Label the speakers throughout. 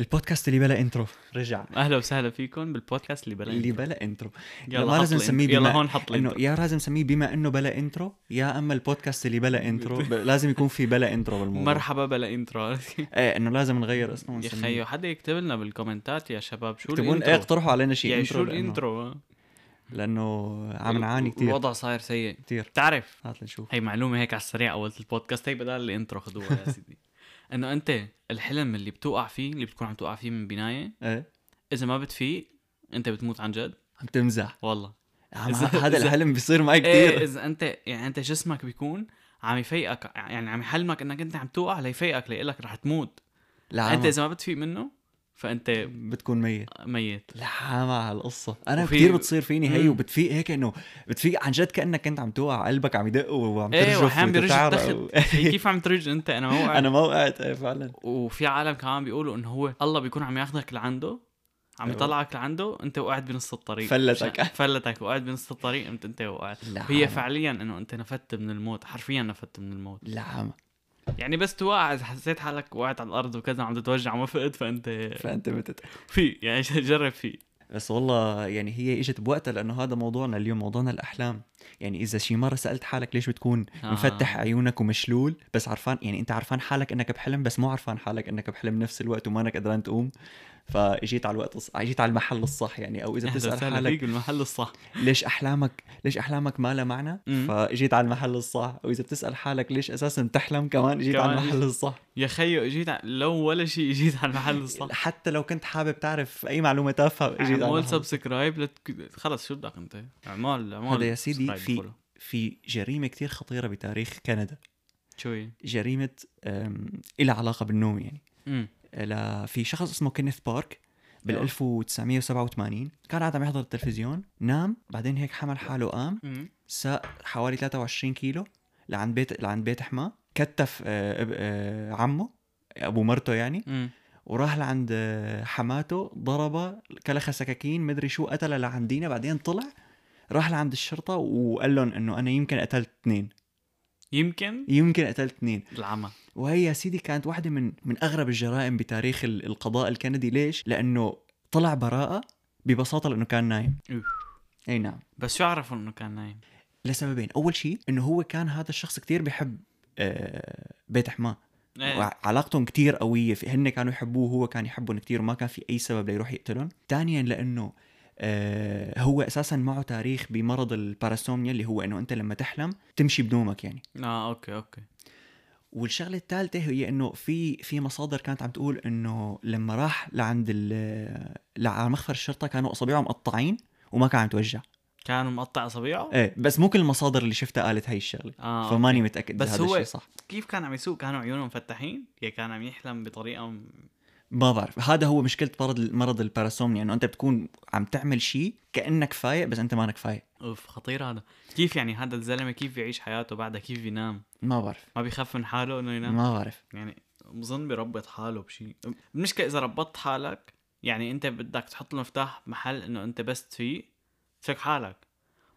Speaker 1: البودكاست اللي بلا انترو رجع
Speaker 2: اهلا وسهلا فيكم بالبودكاست اللي بلا
Speaker 1: اللي
Speaker 2: انترو.
Speaker 1: بلا انترو
Speaker 2: يلا
Speaker 1: ما
Speaker 2: حط
Speaker 1: لازم
Speaker 2: الانترو.
Speaker 1: نسميه
Speaker 2: يلا
Speaker 1: بما-
Speaker 2: هون حط
Speaker 1: انه
Speaker 2: الانترو.
Speaker 1: يا راح نسميه بما انه بلا انترو يا اما البودكاست اللي بلا انترو ب- لازم يكون في بلا انترو بالموضوع
Speaker 2: مرحبا بلا انترو
Speaker 1: ايه انه لازم نغير اسمه
Speaker 2: يا
Speaker 1: ونسميه.
Speaker 2: خيو حدا يكتب لنا بالكومنتات يا شباب شو
Speaker 1: يكتبون ايه
Speaker 2: الانترو
Speaker 1: اقترحوا علينا شيء
Speaker 2: يا شو
Speaker 1: لأنه-
Speaker 2: الانترو
Speaker 1: لانه عم نعاني كثير
Speaker 2: الوضع صاير سيء
Speaker 1: كثير
Speaker 2: بتعرف
Speaker 1: هات لنشوف
Speaker 2: هي معلومه هيك على السريع اول البودكاست هي بدل الانترو خذوها يا سيدي انه انت الحلم اللي بتوقع فيه اللي بتكون عم توقع فيه من بنايه
Speaker 1: ايه
Speaker 2: اذا ما بتفيق انت بتموت عن جد
Speaker 1: عم تمزح
Speaker 2: والله
Speaker 1: عم
Speaker 2: إذا-
Speaker 1: هذا
Speaker 2: إذا-
Speaker 1: الحلم بيصير معي
Speaker 2: ايه
Speaker 1: كثير
Speaker 2: اذا انت يعني انت جسمك بيكون عم يفيقك يعني عم يحلمك انك انت عم توقع ليفيقك ليقول لك رح تموت انت
Speaker 1: لا
Speaker 2: اذا ما بتفيق منه فانت
Speaker 1: بتكون ميت
Speaker 2: ميت
Speaker 1: لحامة على القصة أنا
Speaker 2: وفي-
Speaker 1: كثير بتصير فيني هي
Speaker 2: مم.
Speaker 1: وبتفيق هيك إنه بتفيق عن جد كأنك أنت عم توقع قلبك عم يدق وعم ترجف
Speaker 2: ايه واحيانا بيرجع
Speaker 1: وتتعرق
Speaker 2: التخت
Speaker 1: و-
Speaker 2: هي كيف عم ترج انت انا ما وقعت
Speaker 1: أنا ما وقعت إيه فعلا
Speaker 2: وفي عالم كمان بيقولوا انه هو الله بيكون عم ياخذك لعنده عم
Speaker 1: أيوة.
Speaker 2: يطلعك لعنده انت وقعت بنص الطريق
Speaker 1: فلتك.
Speaker 2: مشان- فلتك وقعت بنص الطريق انت انت وقعت
Speaker 1: لا.
Speaker 2: هي فعليا انه انت نفدت من الموت حرفيا نفدت من الموت
Speaker 1: لحامة
Speaker 2: يعني بس توقع إذا حسيت حالك وقعت على الارض وكذا عم تتوجع وما فقت فانت
Speaker 1: فأنت بتت...
Speaker 2: في يعني جرب في
Speaker 1: بس والله يعني هي إجت بوقتها لأنه هذا موضوعنا اليوم موضوعنا الأحلام يعني إذا شي مرة سألت حالك ليش بتكون
Speaker 2: آه.
Speaker 1: مفتح عيونك ومشلول بس عرفان يعني أنت عرفان حالك إنك بحلم بس مو عرفان حالك إنك بحلم نفس الوقت وما إنك قدران تقوم فاجيت على الوقت الص- اجيت على المحل الصح يعني او اذا
Speaker 2: أهلا
Speaker 1: بتسال
Speaker 2: وسهلا
Speaker 1: حالك
Speaker 2: فيك بالمحل الصح
Speaker 1: ليش احلامك ليش احلامك ما لها معنى
Speaker 2: مم.
Speaker 1: فاجيت على المحل الصح واذا بتسال حالك ليش اساسا تحلم كمان اجيت على
Speaker 2: كمان.
Speaker 1: المحل الصح
Speaker 2: يا خيو اجيت ع- لو ولا شيء اجيت على المحل الصح
Speaker 1: حتى لو كنت حابب تعرف اي معلومه تافهه اجيت على
Speaker 2: اعمل
Speaker 1: المحل.
Speaker 2: سبسكرايب لت... خلص شو بدك انت اعمال اعمال
Speaker 1: هذا يا سيدي
Speaker 2: subscribe
Speaker 1: في-
Speaker 2: follow.
Speaker 1: في جريمه كتير خطيره بتاريخ كندا
Speaker 2: شو هي؟
Speaker 1: جريمه أم، إلها علاقه بالنوم يعني
Speaker 2: امم
Speaker 1: لا في شخص اسمه كينيث بارك بال
Speaker 2: أيوة.
Speaker 1: 1987 كان قاعد عم يحضر التلفزيون نام بعدين هيك حمل حاله قام
Speaker 2: أمم.
Speaker 1: ساق حوالي 23 كيلو لعند بيت لعند بيت حماه كتف آه، اب- آه، عمه ابو مرته يعني
Speaker 2: أمم.
Speaker 1: وراح لعند آه، حماته ضربه كلخ سكاكين مدري شو قتله لعندينا بعدين طلع راح لعند الشرطه وقال لهم انه انا يمكن قتلت اثنين
Speaker 2: يمكن
Speaker 1: يمكن قتلت اثنين
Speaker 2: العمى
Speaker 1: وهي يا سيدي كانت واحده من من اغرب الجرائم بتاريخ ال- القضاء الكندي ليش لانه طلع براءه ببساطه لانه كان نايم
Speaker 2: أوف.
Speaker 1: اي نعم
Speaker 2: بس شو عرفوا انه كان نايم؟
Speaker 1: لسببين اول شيء انه هو كان هذا الشخص كتير بيحب آه، بيت حماه
Speaker 2: ايه
Speaker 1: وعلاقتهم كتير قوية في هن كانوا يحبوه وهو كان يحبهم كتير وما كان في أي سبب ليروح يقتلهم ثانيا لأنه آه، هو أساسا معه تاريخ بمرض الباراسومنيا اللي هو أنه أنت لما تحلم تمشي بنومك يعني
Speaker 2: اه اوكي اوكي
Speaker 1: والشغلة الثالثة هي أنه في في مصادر كانت عم تقول أنه لما راح لعند ال لع- مخفر الشرطة كانوا أصابعهم مقطعين وما كان عم توجع
Speaker 2: كان مقطع اصابعه؟
Speaker 1: ايه بس مو كل المصادر اللي شفتها قالت هاي الشغلة
Speaker 2: اه أوكي.
Speaker 1: فماني متاكد
Speaker 2: بس
Speaker 1: بس هذا
Speaker 2: هو-
Speaker 1: الشيء صح
Speaker 2: كيف كان عم يسوق؟ كانوا عيونه مفتحين؟ يا كان عم يحلم بطريقه م-
Speaker 1: ما بعرف هذا هو مشكله مرض مرض الباراسومنيا انه انت بتكون عم تعمل شيء كانك فايق بس انت مانك فايق
Speaker 2: اوف خطير هذا كيف يعني هذا الزلمه كيف بيعيش حياته بعدها كيف بينام؟
Speaker 1: ما بعرف
Speaker 2: ما بيخاف من حاله انه ينام؟
Speaker 1: ما بعرف
Speaker 2: يعني بظن بربط حاله بشيء المشكله اذا ربطت حالك يعني انت بدك تحط المفتاح محل انه انت بس تفيق تفك حالك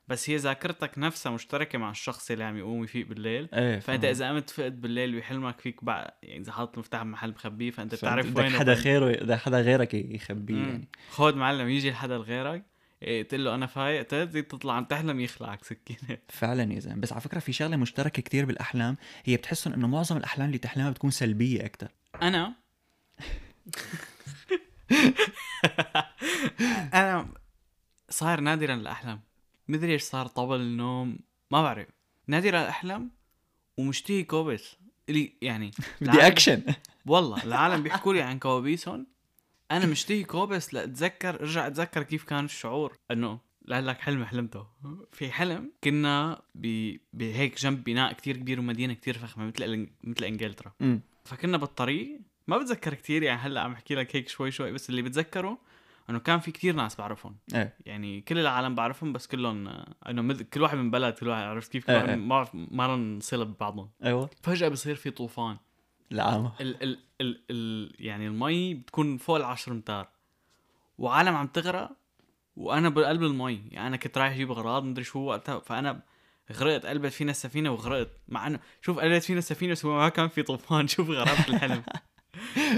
Speaker 2: بس هي ذاكرتك نفسها مشتركه مع الشخص اللي عم يقوم يفيق بالليل
Speaker 1: ايه
Speaker 2: فانت اذا قمت فقت بالليل وحلمك فيك بعد يعني اذا حاطط المفتاح بمحل مخبيه فانت بتعرف وين
Speaker 1: بدك حدا
Speaker 2: وين.
Speaker 1: خيره بدك حدا غيرك يخبيه
Speaker 2: مم.
Speaker 1: يعني
Speaker 2: خود معلم يجي لحدا لغيرك إيه، تقول له انا فايق تزيد تطلع عم تحلم يخلعك سكينه
Speaker 1: فعلا يا زلمه بس على فكره في شغله مشتركه كتير بالاحلام هي بتحسن انه معظم الاحلام اللي تحلمها بتكون سلبيه اكثر
Speaker 2: انا انا صار نادرا الاحلم مدري ايش صار طبل النوم ما بعرف نادرا الاحلم ومشتهي كوبس لي يعني
Speaker 1: بدي
Speaker 2: العالم-
Speaker 1: اكشن
Speaker 2: والله العالم بيحكوا لي عن كوابيسهم انا مشتهي كوبس لاتذكر ارجع اتذكر كيف كان الشعور انه لك حلم حلمته في حلم كنا ب- بهيك جنب بناء كتير كبير ومدينه كتير فخمه مثل مثل انجلترا
Speaker 1: مم.
Speaker 2: فكنا بالطريق ما بتذكر كتير يعني هلا عم احكي لك هيك شوي شوي بس اللي بتذكره انه كان في كتير ناس بعرفهم
Speaker 1: ايه
Speaker 2: يعني كل العالم بعرفهم بس كلهم آه، انه مد... كل واحد من بلد كل واحد عرفت كيف كل
Speaker 1: إيه
Speaker 2: واحد
Speaker 1: إيه.
Speaker 2: ما بعرف- ما لهم صله ببعضهم
Speaker 1: ايوه
Speaker 2: فجاه بصير في طوفان
Speaker 1: العامة
Speaker 2: ال ال ال ال يعني المي بتكون فوق العشر امتار وعالم عم تغرق وانا بقلب المي يعني انا كنت رايح اجيب اغراض مدري شو وقتها فانا غرقت قلبت فينا السفينه وغرقت مع انه شوف قلبت فينا السفينه بس ما كان في طوفان شوف غرقت الحلم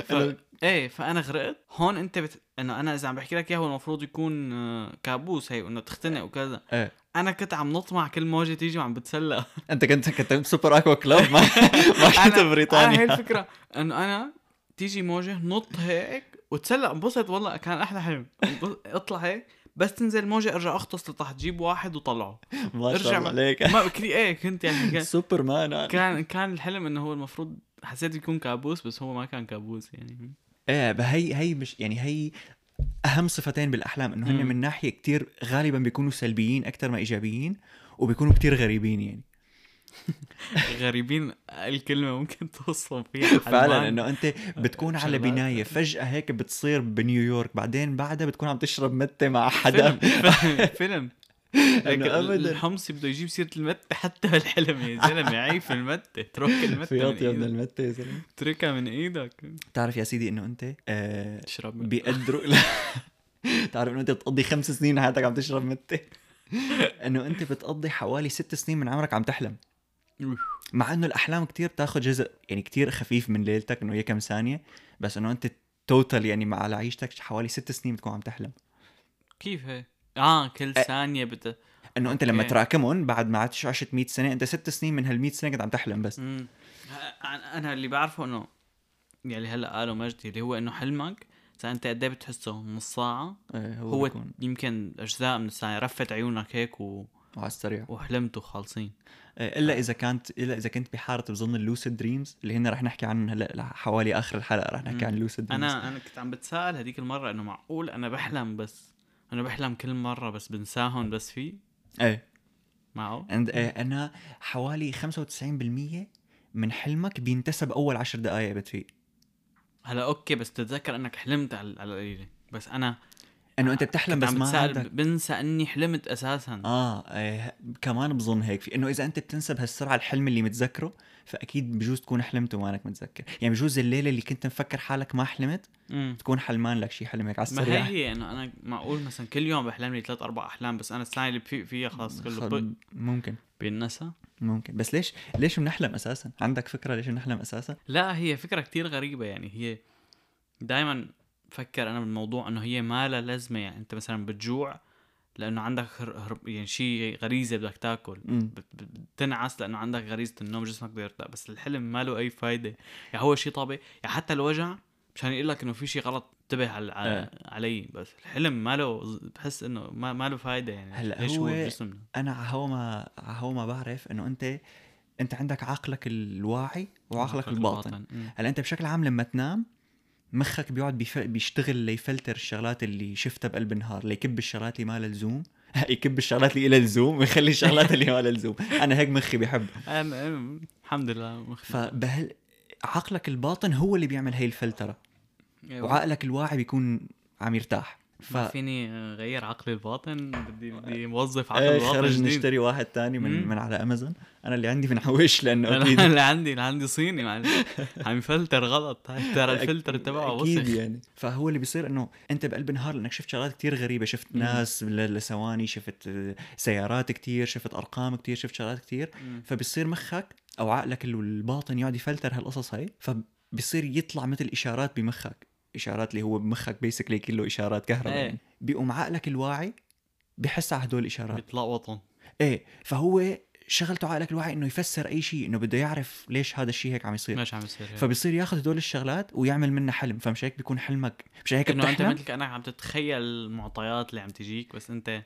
Speaker 2: ف...
Speaker 1: إيه،
Speaker 2: ايه فانا غرقت هون انت بت... انه انا اذا عم بحكي لك اياه هو المفروض يكون آه، كابوس هي انه تختنق وكذا
Speaker 1: إيه.
Speaker 2: انا كنت عم نط مع كل موجه تيجي وعم بتسلى
Speaker 1: انت كنت كنت سوبر اكوا كلوب ما ما كنت
Speaker 2: انا هي
Speaker 1: بريطانيا
Speaker 2: الفكره انه انا تيجي موجه نط هيك وتسلق انبسط والله كان احلى حلم انبسط- اطلع هيك بس تنزل موجه ارجع اغطس لتحت جيب واحد وطلعه
Speaker 1: ما شاء
Speaker 2: ارجع
Speaker 1: الله
Speaker 2: بقى.
Speaker 1: عليك
Speaker 2: ما كنت ايه كنت يعني كان-
Speaker 1: سوبر مان أنا.
Speaker 2: كان كان الحلم انه هو المفروض حسيت يكون كابوس بس هو ما كان كابوس يعني
Speaker 1: ايه بهي هي مش يعني هي اهم صفتين بالاحلام انه هن
Speaker 2: مم.
Speaker 1: من ناحيه كتير غالبا بيكونوا سلبيين اكثر ما ايجابيين وبيكونوا كتير غريبين يعني
Speaker 2: غريبين الكلمه ممكن توصف فيها حد
Speaker 1: فعلا
Speaker 2: معين.
Speaker 1: انه انت بتكون على
Speaker 2: آه، شغلات.
Speaker 1: بنايه فجاه هيك بتصير بنيويورك بعدين بعدها بتكون عم تشرب مته مع حدا
Speaker 2: فيلم فيلم لك
Speaker 1: إنه أبداً.
Speaker 2: الحمصي بده يجيب سيره المته حتى بالحلم يا زلمه عيف المته اترك المته
Speaker 1: فياط
Speaker 2: من
Speaker 1: يا ابن
Speaker 2: إيدك.
Speaker 1: المته يا زلمه
Speaker 2: اتركها من ايدك
Speaker 1: بتعرف يا سيدي انه انت آه
Speaker 2: اشرب من-
Speaker 1: بيقدروا لا بتعرف انه انت بتقضي خمس سنين من حياتك عم تشرب مته انه انت بتقضي حوالي ست سنين من عمرك عم تحلم
Speaker 2: أوف.
Speaker 1: مع انه الاحلام كتير بتاخذ جزء يعني كتير خفيف من ليلتك انه هي كم ثانيه بس انه انت توتال يعني مع على عيشتك حوالي ست سنين بتكون عم تحلم
Speaker 2: كيف هي؟ اه كل ثانيه بت
Speaker 1: انه انت لما
Speaker 2: أوكي.
Speaker 1: تراكمهم بعد ما عدت عشت 100 سنه انت ست سنين من هال 100 سنه كنت عم تحلم بس
Speaker 2: مم. ه- انا اللي بعرفه انه يعني هلا قالوا مجدي اللي هو انه حلمك اذا انت قد ايه بتحسه نص ساعه
Speaker 1: آه، هو,
Speaker 2: إيه، هو
Speaker 1: بيكون
Speaker 2: يمكن اجزاء من الساعه رفت عيونك هيك و...
Speaker 1: على السريع
Speaker 2: وحلمت وخالصين
Speaker 1: آه، الا اذا كانت الا اذا كنت بحاره بظن اللوسيد دريمز اللي هن رح نحكي عنهم هلا حوالي اخر الحلقه رح نحكي
Speaker 2: مم.
Speaker 1: عن اللوسيد دريمز
Speaker 2: انا انا كنت عم بتساءل هذيك المره انه معقول انا بحلم بس انا بحلم كل مره بس بنساهم بس في
Speaker 1: ايه
Speaker 2: معه
Speaker 1: And, uh, انا حوالي 95% من حلمك بينتسب اول عشر دقائق بتفيق
Speaker 2: هلا اوكي بس تتذكر انك حلمت على على القليله بس انا
Speaker 1: انه انت بتحلم
Speaker 2: آه،
Speaker 1: بس
Speaker 2: كنت عم
Speaker 1: ما
Speaker 2: بتساءل
Speaker 1: عندك
Speaker 2: بنسى اني حلمت اساسا
Speaker 1: اه إيه، كمان بظن هيك في انه اذا انت بتنسى بهالسرعه الحلم اللي متذكره فاكيد بجوز تكون حلمت ومانك متذكر يعني بجوز الليله اللي كنت مفكر حالك ما حلمت
Speaker 2: مم.
Speaker 1: تكون حلمان لك شي حلم هيك على
Speaker 2: ما هي
Speaker 1: السريع
Speaker 2: هي انه انا معقول مثلا كل يوم بحلم لي ثلاث اربع احلام بس انا الساعه اللي بفيق فيها خلاص كله
Speaker 1: خل-
Speaker 2: بق-
Speaker 1: ممكن
Speaker 2: بينسى
Speaker 1: ممكن بس ليش ليش بنحلم اساسا عندك فكره ليش بنحلم اساسا
Speaker 2: لا هي فكره كتير غريبه يعني هي دائما فكر انا بالموضوع انه هي ما لها لازمه يعني انت مثلا بتجوع لانه عندك هر... هر... يعني شيء غريزه بدك تاكل
Speaker 1: مم.
Speaker 2: بت- بت- بتنعس لانه عندك غريزه النوم جسمك بده يرتاح بس الحلم ما له اي فايده يعني هو شيء طبيعي يعني حتى الوجع مشان يقول لك انه في شيء غلط انتبه على...
Speaker 1: إيه.
Speaker 2: على... علي بس الحلم ما له بحس انه ما, ما له فايده يعني
Speaker 1: هلا
Speaker 2: ليش هو
Speaker 1: هو-
Speaker 2: بجسمنا
Speaker 1: انا عهو ما عهو ما بعرف انه انت انت عندك عقلك الواعي وعقلك الباطن
Speaker 2: مم.
Speaker 1: هلا انت بشكل عام لما تنام مخك بيقعد بيف... بيشتغل ليفلتر الشغلات اللي شفتها بقلب النهار ليكب الشغلات اللي ما لها لزوم يكب الشغلات اللي لها لزوم ويخلي الشغلات اللي ما لها لزوم انا هيك مخي بحب
Speaker 2: أنا... أنا... الحمد لله مخ...
Speaker 1: فبهل عقلك الباطن هو اللي بيعمل هي الفلتره
Speaker 2: إيه.
Speaker 1: وعقلك الواعي بيكون عم يرتاح ف
Speaker 2: ما فيني غير عقلي الباطن بدي بدي موظف عقلي
Speaker 1: إيه،
Speaker 2: الباطن
Speaker 1: خرج
Speaker 2: جديد
Speaker 1: نشتري واحد تاني من
Speaker 2: مم.
Speaker 1: من على امازون انا اللي عندي بنحوش لانه اكيد
Speaker 2: اللي عندي اللي عندي صيني معلش عم يفلتر غلط هاي ترى الفلتر تبعه
Speaker 1: اكيد
Speaker 2: وسخ
Speaker 1: يعني فهو اللي بيصير انه انت بقلب النهار لانك شفت شغلات كتير غريبه شفت
Speaker 2: مم.
Speaker 1: ناس ل- لثواني شفت آه، سيارات كتير شفت ارقام كتير شفت شغلات كتير
Speaker 2: مم.
Speaker 1: فبصير مخك او عقلك ال- الباطن يقعد يفلتر هالقصص هاي فبصير يطلع مثل اشارات بمخك اشارات اللي هو بمخك بيسكلي كله اشارات كهرباء
Speaker 2: إيه.
Speaker 1: يعني بيقوم عقلك الواعي بحس على هدول الاشارات
Speaker 2: بيتلقطهم
Speaker 1: ايه فهو شغلته عقلك الواعي انه يفسر اي شيء انه بده يعرف ليش هذا الشيء هيك عم يصير
Speaker 2: ماشي عم يصير هيك.
Speaker 1: فبصير ياخذ هدول الشغلات ويعمل منها حلم فمش هيك بيكون حلمك مش هيك
Speaker 2: انه انت
Speaker 1: بتحلم
Speaker 2: مثل كانك عم تتخيل المعطيات اللي عم تجيك بس انت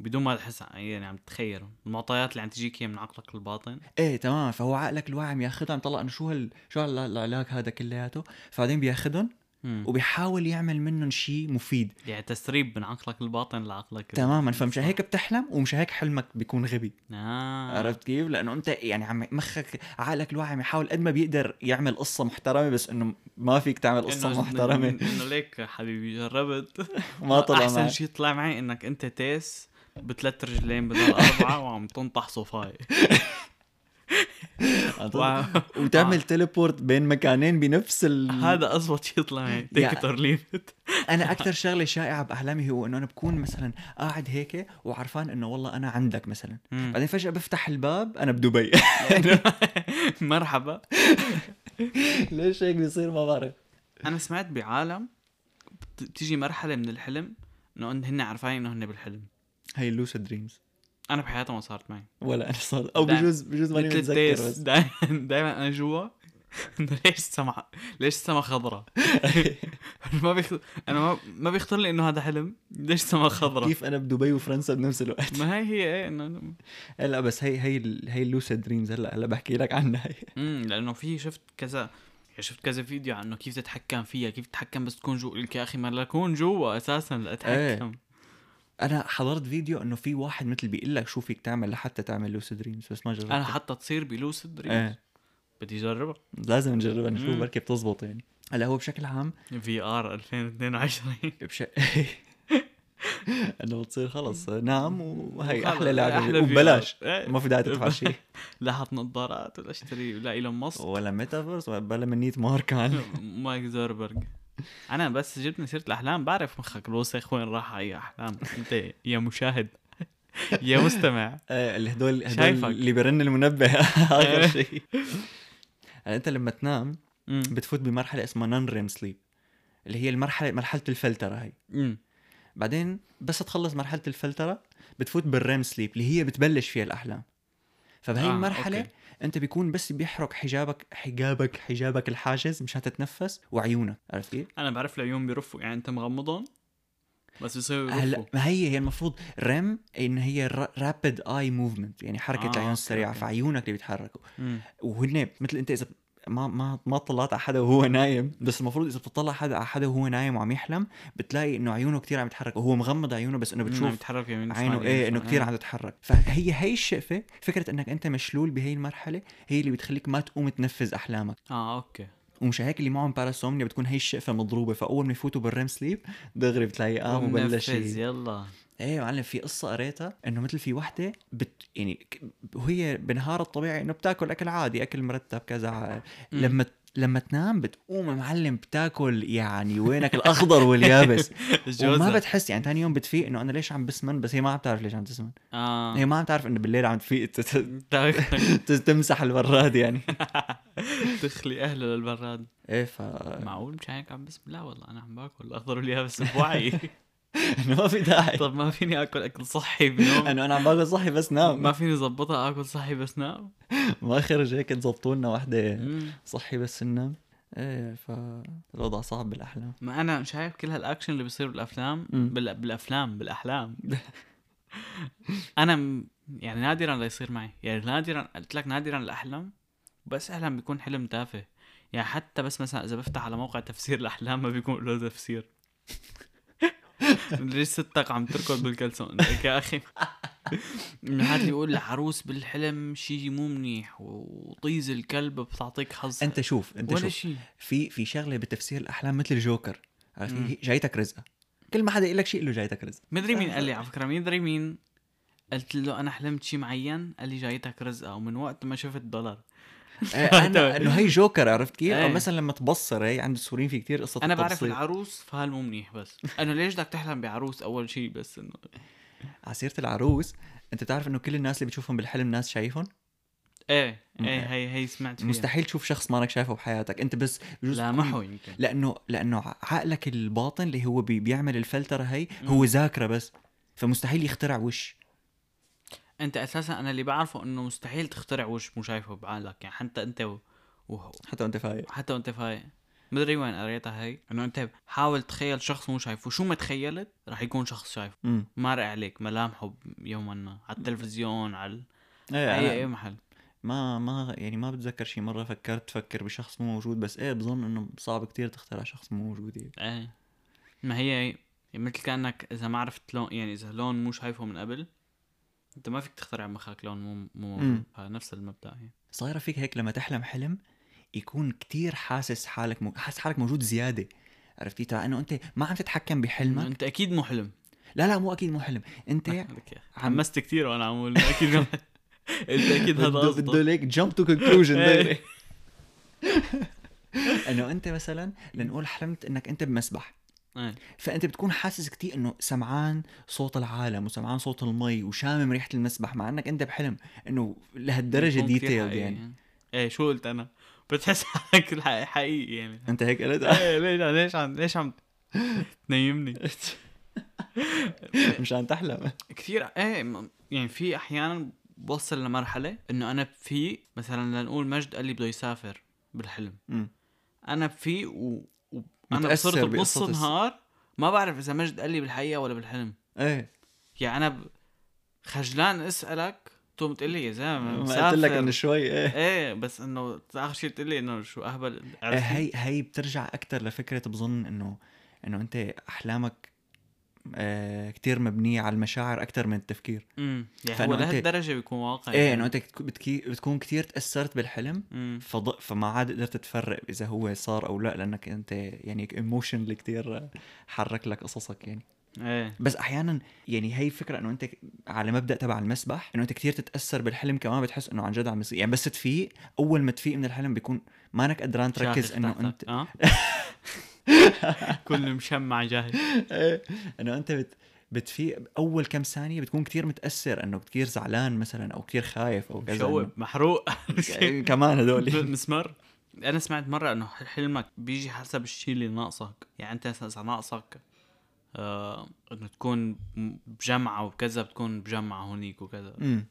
Speaker 2: بدون ما تحس ع- يعني عم تتخيلهم المعطيات اللي عم تجيك هي من عقلك الباطن
Speaker 1: ايه تمام فهو عقلك الواعي عم ياخذها عم يطلع انه شو هال شو هالعلاج هذا كلياته فبعدين بياخذهم
Speaker 2: مم.
Speaker 1: وبيحاول يعمل منهم شيء مفيد
Speaker 2: يعني تسريب من عقلك الباطن لعقلك ال-
Speaker 1: تماما فمش هيك بتحلم ومش هيك حلمك بيكون غبي
Speaker 2: آه.
Speaker 1: عرفت كيف لانه انت يعني عم مخك عقلك الواعي عم يحاول قد ما بيقدر يعمل قصه محترمه بس انه ما فيك تعمل قصه
Speaker 2: إنه-
Speaker 1: محترمه
Speaker 2: انه ليك حبيبي جربت
Speaker 1: ما طلع
Speaker 2: احسن
Speaker 1: معك
Speaker 2: شيء طلع معي انك انت تيس بثلاث رجلين بدل اربعه وعم تنطح صفاي
Speaker 1: و... وتعمل تليبورت بين مكانين بنفس ال...
Speaker 2: آه. هذا اضبط شيء طلع معي
Speaker 1: يا-
Speaker 2: تيك ليفت
Speaker 1: انا اكثر شغله شائعه باحلامي هو انه انا بكون مثلا قاعد هيك وعرفان انه والله انا عندك مثلا بعدين فجاه بفتح الباب انا بدبي يعني
Speaker 2: مرحبا
Speaker 1: ليش هيك بيصير ما بعرف
Speaker 2: انا سمعت بعالم بت- بتيجي مرحله من الحلم انه إن هن عارفين انه هن بالحلم
Speaker 1: هي اللوسيد دريمز
Speaker 2: انا بحياتي ما صارت معي
Speaker 1: ولا انا صار او
Speaker 2: دعم.
Speaker 1: بجوز بجوز ماني
Speaker 2: مثل
Speaker 1: متذكر
Speaker 2: التيس
Speaker 1: بس
Speaker 2: دائما دائما انا جوا إنه ليش السما ليش السما خضراء ما بيخ... انا ما, ما بيخطر لي انه هذا حلم ليش السما خضراء
Speaker 1: كيف انا بدبي وفرنسا بنفس الوقت
Speaker 2: ما هي هي ايه انه
Speaker 1: هلا بس هي هي ال- هي اللوسيد دريمز هلا هلا بحكي لك عنها هي
Speaker 2: امم لانه في شفت كذا يعني شفت كذا فيديو عنه كيف تتحكم فيها كيف تتحكم بس تكون جوا لك يا اخي ما لا اكون جوا اساسا
Speaker 1: إيه،
Speaker 2: لاتحكم
Speaker 1: انا حضرت فيديو انه في واحد مثل بيقول لك شو فيك تعمل لحتى تعمل لوسيد دريمز بس ما جربت
Speaker 2: انا حتى تصير بلوسيد دريمز
Speaker 1: إيه.
Speaker 2: بدي اجربها
Speaker 1: لازم نجربها نشوف
Speaker 2: مم.
Speaker 1: بركي بتزبط يعني هلا هو بشكل عام
Speaker 2: في ار 2022
Speaker 1: بش... انه بتصير خلص نام وهي
Speaker 2: وخلص،
Speaker 1: احلى لعبه
Speaker 2: أحلى VR.
Speaker 1: وبلاش
Speaker 2: إيه.
Speaker 1: ما في داعي تدفع شيء
Speaker 2: لا حط نظارات ولا اشتري ولا ايلون ماسك
Speaker 1: ولا ميتافيرس بلا منيت مارك عن
Speaker 2: مايك زوربرج انا بس جبنا سيره الاحلام بعرف مخك الوسخ وين راح اي احلام انت يا مشاهد يا مستمع
Speaker 1: آه، اللي هدول
Speaker 2: شايفك. إيه.
Speaker 1: هدول اللي برن المنبه اخر شيء هلا انت لما تنام
Speaker 2: أمم.
Speaker 1: بتفوت بمرحله اسمها نون ريم سليب اللي هي المرحله مرحله الفلتره هي
Speaker 2: أمم.
Speaker 1: بعدين بس تخلص مرحله الفلتره بتفوت بالريم سليب اللي هي بتبلش فيها الاحلام فبهي
Speaker 2: آه،
Speaker 1: آه، المرحله
Speaker 2: أوكي.
Speaker 1: أوكي. انت بيكون بس بيحرق حجابك حجابك حجابك الحاجز مشان تتنفس وعيونك عرفت كيف؟
Speaker 2: انا بعرف العيون بيرفوا يعني انت مغمضهم بس بيصيروا
Speaker 1: هلا
Speaker 2: يرفوا
Speaker 1: ما هي هي المفروض ريم ان هي رابيد اي موفمنت يعني
Speaker 2: آه،
Speaker 1: حركه العيون
Speaker 2: أوكي،
Speaker 1: السريعه
Speaker 2: أوكي.
Speaker 1: فعيونك اللي بيتحركوا
Speaker 2: أمم.
Speaker 1: وهن مثل انت اذا ما ما ما طلعت على حدا وهو نايم بس المفروض اذا بتطلع حدا على حدا وهو نايم وعم يحلم بتلاقي انه عيونه كتير عم يتحرك وهو مغمض عيونه بس انه
Speaker 2: أمم، عم
Speaker 1: بتشوف
Speaker 2: يتحرك يمين
Speaker 1: عينه
Speaker 2: شمال،
Speaker 1: ايه
Speaker 2: يمين
Speaker 1: انه
Speaker 2: شمال.
Speaker 1: كثير عم تتحرك فهي هي الشقفه فكره انك انت مشلول بهي المرحله هي اللي بتخليك ما تقوم تنفذ احلامك
Speaker 2: اه اوكي
Speaker 1: ومش هيك اللي معهم باراسومنيا بتكون هي الشقفه مضروبه فاول ما يفوتوا بالريم سليب دغري بتلاقي قام وبلش ي-
Speaker 2: ونفذ، يلا
Speaker 1: ايه معلم في قصه قريتها انه مثل في وحده بت يعني ك- وهي بنهارها الطبيعي انه بتاكل اكل عادي اكل مرتب كذا
Speaker 2: مم.
Speaker 1: لما ت- لما تنام بتقوم يا معلم بتاكل يعني وينك الاخضر واليابس وما
Speaker 2: جوزها
Speaker 1: بتحس يعني ثاني يوم بتفيق انه انا ليش عم بسمن بس هي ما عم تعرف ليش عم تسمن
Speaker 2: اه
Speaker 1: هي ما عم تعرف انه بالليل عم تفيق ت- ت-
Speaker 2: بدك
Speaker 1: ت- تمسح البراد يعني
Speaker 2: تخلي اهله للبراد
Speaker 1: ايه ف
Speaker 2: معقول مش هيك عم بسم لا والله انا عم باكل الاخضر واليابس بوعي
Speaker 1: إنه ما في داعي
Speaker 2: طب ما فيني اكل اكل صحي بنوم
Speaker 1: انه انا عم باكل صحي بس نام
Speaker 2: ما فيني ظبطها اكل صحي بس نام
Speaker 1: ما خرج هيك تظبطوا لنا وحده
Speaker 2: مم.
Speaker 1: صحي بس ننام ايه فالوضع صعب بالاحلام
Speaker 2: ما انا شايف كل هالاكشن اللي بيصير بالافلام
Speaker 1: مم.
Speaker 2: بال... بالافلام بالاحلام انا م... يعني نادرا لا يصير معي يعني نادرا قلت لك نادرا الاحلم بس احلم بيكون حلم تافه يعني حتى بس مثلا اذا بفتح على موقع تفسير الاحلام ما بيكون له تفسير ليش ستك عم تركض بالكلسون لك يا اخي من هذا يقول العروس بالحلم شيء مو منيح وطيز الكلب بتعطيك حظ
Speaker 1: انت شوف انت
Speaker 2: ولا
Speaker 1: شوف
Speaker 2: شيء
Speaker 1: في في شغله بتفسير الاحلام مثل الجوكر عرفت
Speaker 2: مم.
Speaker 1: هي جايتك رزقه كل ما حدا يقول لك شيء له جايتك رزق
Speaker 2: مدري مين قال لي على فكره مدري مين قلت له انا حلمت شيء معين قال لي جايتك رزقه ومن وقت ما شفت دولار
Speaker 1: آه، انا انه هي جوكر عرفت كيف؟ او
Speaker 2: طيب. إيه.
Speaker 1: مثلا لما تبصر هي عند السوريين في كتير قصه
Speaker 2: انا بعرف
Speaker 1: التبصير.
Speaker 2: العروس فهل مو منيح بس انه ليش بدك تحلم بعروس اول شيء بس انه
Speaker 1: على سيره العروس انت بتعرف انه كل الناس اللي بتشوفهم بالحلم ناس شايفهم
Speaker 2: ايه
Speaker 1: م-
Speaker 2: ايه هي هي سمعت فيها
Speaker 1: مستحيل تشوف شخص مانك شايفه بحياتك انت بس بجوز
Speaker 2: لا
Speaker 1: تكون-
Speaker 2: محو يمكن
Speaker 1: لانه لانه عقلك الباطن اللي هو بي بيعمل الفلتره هي هو ذاكره بس فمستحيل يخترع وش
Speaker 2: انت اساسا انا اللي بعرفه انه مستحيل تخترع وش مو شايفه بعقلك يعني حتى انت و... و...
Speaker 1: حتى وانت فايق
Speaker 2: حتى وانت فايق مدري وين قريتها هي انه انت حاول تخيل شخص مو شايفه شو ما تخيلت رح يكون شخص شايفه
Speaker 1: امم
Speaker 2: مارق عليك ملامحه يوما ما على التلفزيون على اي
Speaker 1: ايه
Speaker 2: اي
Speaker 1: أنا
Speaker 2: محل
Speaker 1: ما ما يعني ما بتذكر شي مره فكرت تفكر بشخص مو موجود بس ايه بظن انه صعب كتير تخترع شخص مو موجود يعني
Speaker 2: ايه ما هي يعني مثل كانك اذا ما عرفت لون يعني اذا لون مو شايفه من قبل انت ما فيك تخترع بمخك لون مو مو موجود
Speaker 1: مم.
Speaker 2: نفس يعني. المبدا هي
Speaker 1: صايره فيك هيك لما تحلم حلم يكون كتير حاسس حالك مو... حاسس حالك موجود زياده عرفتي ترى انه انت ما عم تتحكم
Speaker 2: إنه
Speaker 1: بحلمك
Speaker 2: انت اكيد مو حلم
Speaker 1: لا لا مو اكيد مو حلم انت
Speaker 2: لك يا أخي، حمست كثير وانا عم اقول اكيد مو حلم. انت اكيد هذا
Speaker 1: بده بده
Speaker 2: قصدك
Speaker 1: ليك جمب تو كونكلوجن
Speaker 2: إيه.
Speaker 1: دغري انه انت مثلا لنقول حلمت انك انت بمسبح
Speaker 2: إيه.
Speaker 1: فانت بتكون حاسس كتير انه سمعان صوت العالم وسمعان صوت المي وشامم ريحه المسبح مع انك انت بحلم انه لهالدرجه
Speaker 2: بيكون كتير
Speaker 1: ديتيلد
Speaker 2: حقيقي
Speaker 1: يعني
Speaker 2: ايه شو قلت انا بتحس حالك الحقيقي- حقيقي يعني
Speaker 1: انت هيك قلت
Speaker 2: ايه ليش ليش عم ليش عم تنيمني
Speaker 1: مشان تحلم
Speaker 2: كثير ايه م- يعني في احيانا بوصل لمرحله انه انا في مثلا لنقول مجد قال لي بده يسافر بالحلم
Speaker 1: مم.
Speaker 2: انا في و... و... انا
Speaker 1: متأثر
Speaker 2: صرت بنص
Speaker 1: بقصة الس-
Speaker 2: النهار ما بعرف اذا مجد قال لي بالحقيقه ولا بالحلم
Speaker 1: ايه
Speaker 2: يعني انا ب- خجلان اسالك تقوم تقول لي يا زلمه
Speaker 1: ما قلت لك
Speaker 2: مسافر.
Speaker 1: انه شوي ايه
Speaker 2: ايه بس انه اخر شيء بتقول لي انه شو اهبل عرفت؟
Speaker 1: إيه، هي هي بترجع اكثر لفكره بظن انه انه انت احلامك آه كتير مبنيه على المشاعر اكثر من التفكير
Speaker 2: امم يعني هو
Speaker 1: فإنه أنت-
Speaker 2: لهالدرجه بيكون يعني. واقعي
Speaker 1: ايه انه انت بتك- بتكي- بتكون كتير تاثرت بالحلم
Speaker 2: امم
Speaker 1: فض... فما عاد قدرت تفرق اذا هو صار او لا لانك انت يعني ايموشنلي كتير حرك لك قصصك يعني
Speaker 2: ايه
Speaker 1: بس احيانا يعني هي فكره انه انت على مبدا تبع المسبح انه انت كتير تتاثر بالحلم كمان بتحس انه عن جد عم يصير يعني بس تفيق اول ما تفيق من الحلم بيكون ما انك قدران تركز
Speaker 2: شاهد
Speaker 1: انه
Speaker 2: تحتك.
Speaker 1: انت
Speaker 2: آه؟ كل مشمع جاهز
Speaker 1: إيه، انه انت بت بتفيق اول كم ثانيه بتكون كتير متاثر انه كتير زعلان مثلا او كتير خايف او كذا
Speaker 2: مشوب محروق
Speaker 1: إنه- إيه، كمان هدول
Speaker 2: مسمار انا سمعت مره انه حلمك بيجي حسب الشيء اللي ناقصك يعني انت مثلا اذا ناقصك آه انه تكون بجامعه وكذا بتكون بجامعه هونيك وكذا
Speaker 1: امم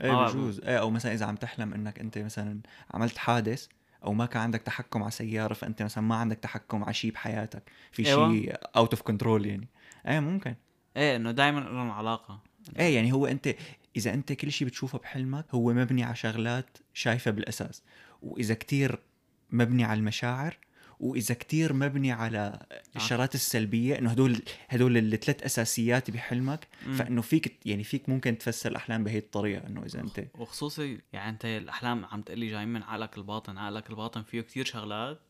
Speaker 1: ايه
Speaker 2: آه.
Speaker 1: بجوز ايه او مثلا اذا عم تحلم انك انت مثلا عملت حادث او ما كان عندك تحكم على سياره فانت مثلا ما عندك تحكم على شيء بحياتك في
Speaker 2: أيوة.
Speaker 1: شيء اوت اوف كنترول يعني ايه ممكن
Speaker 2: ايه انه دائما لهم علاقه
Speaker 1: ايه يعني هو انت اذا انت كل شيء بتشوفه بحلمك هو مبني على شغلات شايفها بالاساس واذا كتير مبني على المشاعر واذا كتير مبني على
Speaker 2: آه.
Speaker 1: الشغلات السلبيه انه هدول هدول الثلاث اساسيات بحلمك
Speaker 2: مم.
Speaker 1: فانه فيك يعني فيك ممكن تفسر الاحلام بهي الطريقه انه اذا انت
Speaker 2: وخصوصي يعني انت الاحلام عم تقلي جاي من عقلك الباطن عقلك الباطن فيه كتير شغلات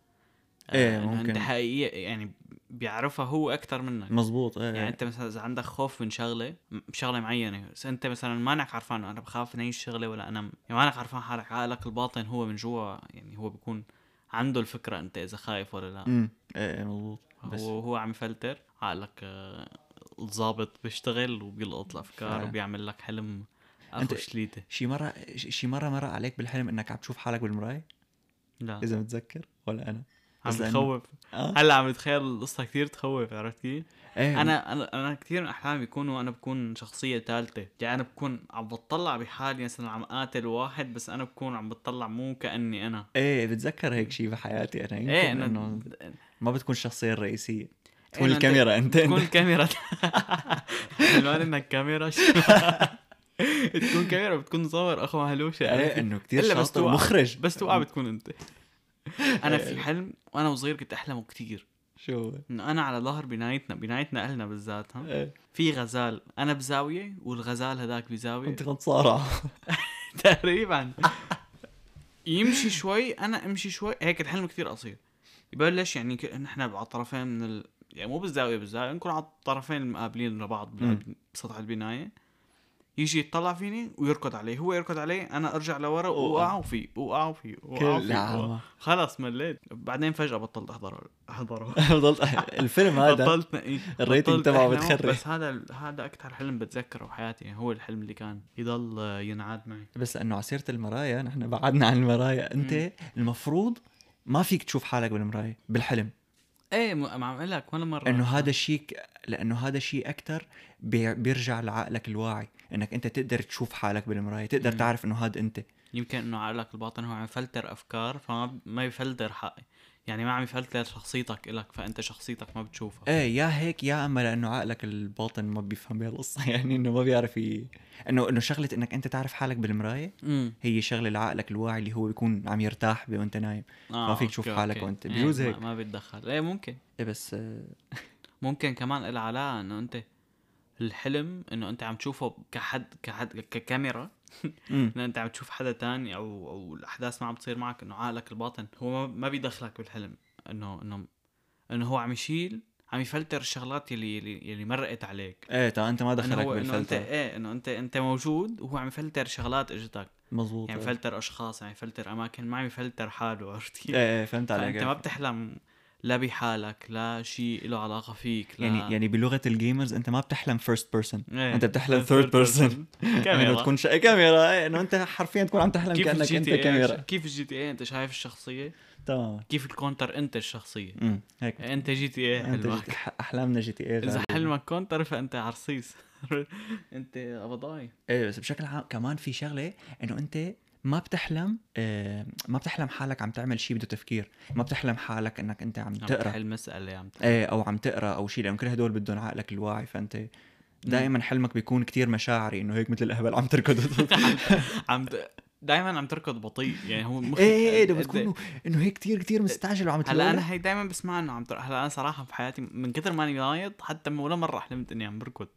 Speaker 2: آه،
Speaker 1: إيه،
Speaker 2: إنه
Speaker 1: ممكن.
Speaker 2: انت حقيقيه يعني بيعرفها هو اكثر منك
Speaker 1: مزبوط ايه
Speaker 2: يعني انت مثلا اذا عندك خوف من شغله م- شغله معينه بس انت مثلا ما انك عرفان انا بخاف من اي شغله ولا انا م- يعني ما انك عرفان حالك عقلك الباطن هو من جوا يعني هو بيكون عنده الفكره انت اذا خايف ولا لا
Speaker 1: امم ايه إيه، مزبوط بس
Speaker 2: هو هو عم يفلتر عقلك آه، الظابط بيشتغل وبيلقط الافكار
Speaker 1: فعلا.
Speaker 2: وبيعمل لك حلم
Speaker 1: انت-
Speaker 2: اخو شليته
Speaker 1: شي مره شي مره مر عليك بالحلم انك عم تشوف حالك بالمرايه
Speaker 2: لا
Speaker 1: اذا متذكر ولا انا
Speaker 2: عم
Speaker 1: بس لأنه-
Speaker 2: بتخوف
Speaker 1: اه
Speaker 2: هلا عم بتخيل القصه كثير تخوف عرفت كيف؟
Speaker 1: ايه
Speaker 2: انا انا انا كثير من احلامي بيكونوا انا بكون شخصيه ثالثه يعني انا بكون عم بتطلع بحالي مثلا عم قاتل واحد بس انا بكون عم بتطلع مو كاني انا
Speaker 1: ايه بتذكر هيك شيء بحياتي انا يمكن
Speaker 2: ايه
Speaker 1: انه
Speaker 2: انا
Speaker 1: ما بتكون الشخصية الرئيسية
Speaker 2: إيه،
Speaker 1: تكون
Speaker 2: أنا-
Speaker 1: الكاميرا انت
Speaker 2: تكون كاميرا حلوان انك كاميرا شو- تكون كاميرا بتكون مصور اخو هلوشه
Speaker 1: ايه انه كثير
Speaker 2: إلا بس
Speaker 1: شاطر
Speaker 2: توقع.
Speaker 1: مخرج
Speaker 2: بس توقع بتكون انت انا في حلم وانا وصغير كنت احلمه كثير
Speaker 1: شو
Speaker 2: انه انا على ظهر بنايتنا بنايتنا اهلنا بالذات ها
Speaker 1: إيه،
Speaker 2: في غزال انا بزاويه والغزال هذاك بزاويه
Speaker 1: انت كنت صارعة
Speaker 2: تقريبا يمشي شوي انا امشي شوي هيك الحلم كثير قصير يبلش يعني ك- نحن على الطرفين من ال... يعني مو بالزاويه بالزاويه نكون على الطرفين المقابلين لبعض بال-
Speaker 1: مم.
Speaker 2: بسطح البنايه يجي يطلع فيني ويركض علي هو يركض علي انا ارجع لورا
Speaker 1: أوه.
Speaker 2: واوقع فيه واوقع فيه واوقع
Speaker 1: كل
Speaker 2: فيه
Speaker 1: عام
Speaker 2: خلص مليت بعدين فجاه بطلت احضر احضره
Speaker 1: بضلت الفيلم هذا
Speaker 2: بطلت نقي
Speaker 1: الريتنج
Speaker 2: بطلت
Speaker 1: تبعه
Speaker 2: أحلمه،
Speaker 1: بتخرب.
Speaker 2: بس هذا هذا اكثر حلم بتذكره بحياتي يعني هو الحلم اللي كان يضل آه، ينعاد معي
Speaker 1: بس انه على سيرة المرايا نحن بعدنا عن المرايا انت المفروض ما فيك تشوف حالك بالمراية بالحلم
Speaker 2: ايه م- ما عم اقول لك ولا مره
Speaker 1: انه هذا الشيء لانه هذا الشيء اكثر بيرجع لعقلك الواعي انك انت تقدر تشوف حالك بالمراية تقدر
Speaker 2: مم.
Speaker 1: تعرف انه هذا انت
Speaker 2: يمكن انه عقلك الباطن هو عم يفلتر افكار فما ب- ما يفلتر حقي يعني ما عم يفلتر شخصيتك الك فانت شخصيتك ما بتشوفها
Speaker 1: ايه يا هيك يا اما لانه عقلك الباطن ما بيفهم هالقصه يعني انه ما بيعرف ي... انه انه شغله انك انت تعرف حالك بالمرايه
Speaker 2: امم
Speaker 1: هي شغله لعقلك الواعي اللي هو بيكون عم يرتاح بي وانت نايم
Speaker 2: آه
Speaker 1: ما فيك تشوف
Speaker 2: أوكي،
Speaker 1: حالك
Speaker 2: أوكي.
Speaker 1: وأنت-
Speaker 2: إيه،
Speaker 1: بجوز
Speaker 2: ما-
Speaker 1: هيك.
Speaker 2: ما بتدخل ايه ممكن
Speaker 1: إيه بس آه،
Speaker 2: ممكن كمان إلها علاقه انه انت الحلم انه انت عم تشوفه كحد كحد ككاميرا
Speaker 1: أمم.
Speaker 2: انه انت عم تشوف حدا تاني او او الاحداث ما عم تصير معك انه عقلك الباطن هو ما- ما بيدخلك بالحلم انه انه انه هو عم يشيل عم يفلتر الشغلات يلي يلي, يلي مرقت عليك
Speaker 1: ايه تا انت ما
Speaker 2: انه
Speaker 1: دخلك
Speaker 2: هو انه انت
Speaker 1: بالفلتر
Speaker 2: ايه انه انت انت موجود وهو عم يفلتر شغلات اجتك
Speaker 1: مزبوط
Speaker 2: يعني
Speaker 1: إيه.
Speaker 2: يفلتر اشخاص يعني يفلتر اماكن ما عم يفلتر حاله عرفت كيف؟
Speaker 1: ايه ايه فهمت عليك
Speaker 2: انت
Speaker 1: إيه.
Speaker 2: ما بتحلم لا بحالك لا شيء له علاقه فيك لا
Speaker 1: يعني يعني بلغه الجيمرز انت ما بتحلم فيرست بيرسون
Speaker 2: إيه.
Speaker 1: انت بتحلم ثيرد بيرسون انه
Speaker 2: كاميرا
Speaker 1: تكون ش... يعني كاميرا إيه، انه انت حرفيا تكون عم تحلم
Speaker 2: كيف
Speaker 1: كانك
Speaker 2: الجي
Speaker 1: انت
Speaker 2: تي إيه اي
Speaker 1: كاميرا
Speaker 2: كيف الجي تي اي انت شايف الشخصيه
Speaker 1: تماما
Speaker 2: كيف الكونتر انت الشخصيه
Speaker 1: أمم، هيك يعني
Speaker 2: انت جي تي اي
Speaker 1: انت
Speaker 2: حلمك
Speaker 1: جت... احلامنا جي تي إيه اي
Speaker 2: اذا حلمك كونتر فانت عرصيص انت قبضاي
Speaker 1: ايه بس بشكل عام كمان في شغله انه انت ما بتحلم آه ما بتحلم حالك عم تعمل شيء بده تفكير ما بتحلم حالك انك انت عم
Speaker 2: عم
Speaker 1: تقرا
Speaker 2: تحل مساله عم
Speaker 1: ايه او عم تقرا او شيء لانه كل هدول بدهم عقلك الواعي فانت دائما حلمك بيكون كتير مشاعري انه هيك مثل الاهبل عم تركض
Speaker 2: عم دائما عم تركض بطيء يعني هو مخ
Speaker 1: ايه ايه ايه ده
Speaker 2: قد-
Speaker 1: بتكون انه هيك كتير كتير مستعجل وعم
Speaker 2: إيه. هلا
Speaker 1: تلولح
Speaker 2: انا هي دائما بسمع انه عم تر... هلا انا صراحه بحياتي من كثر ما انا نايض حتى ولا مره حلمت اني عم بركض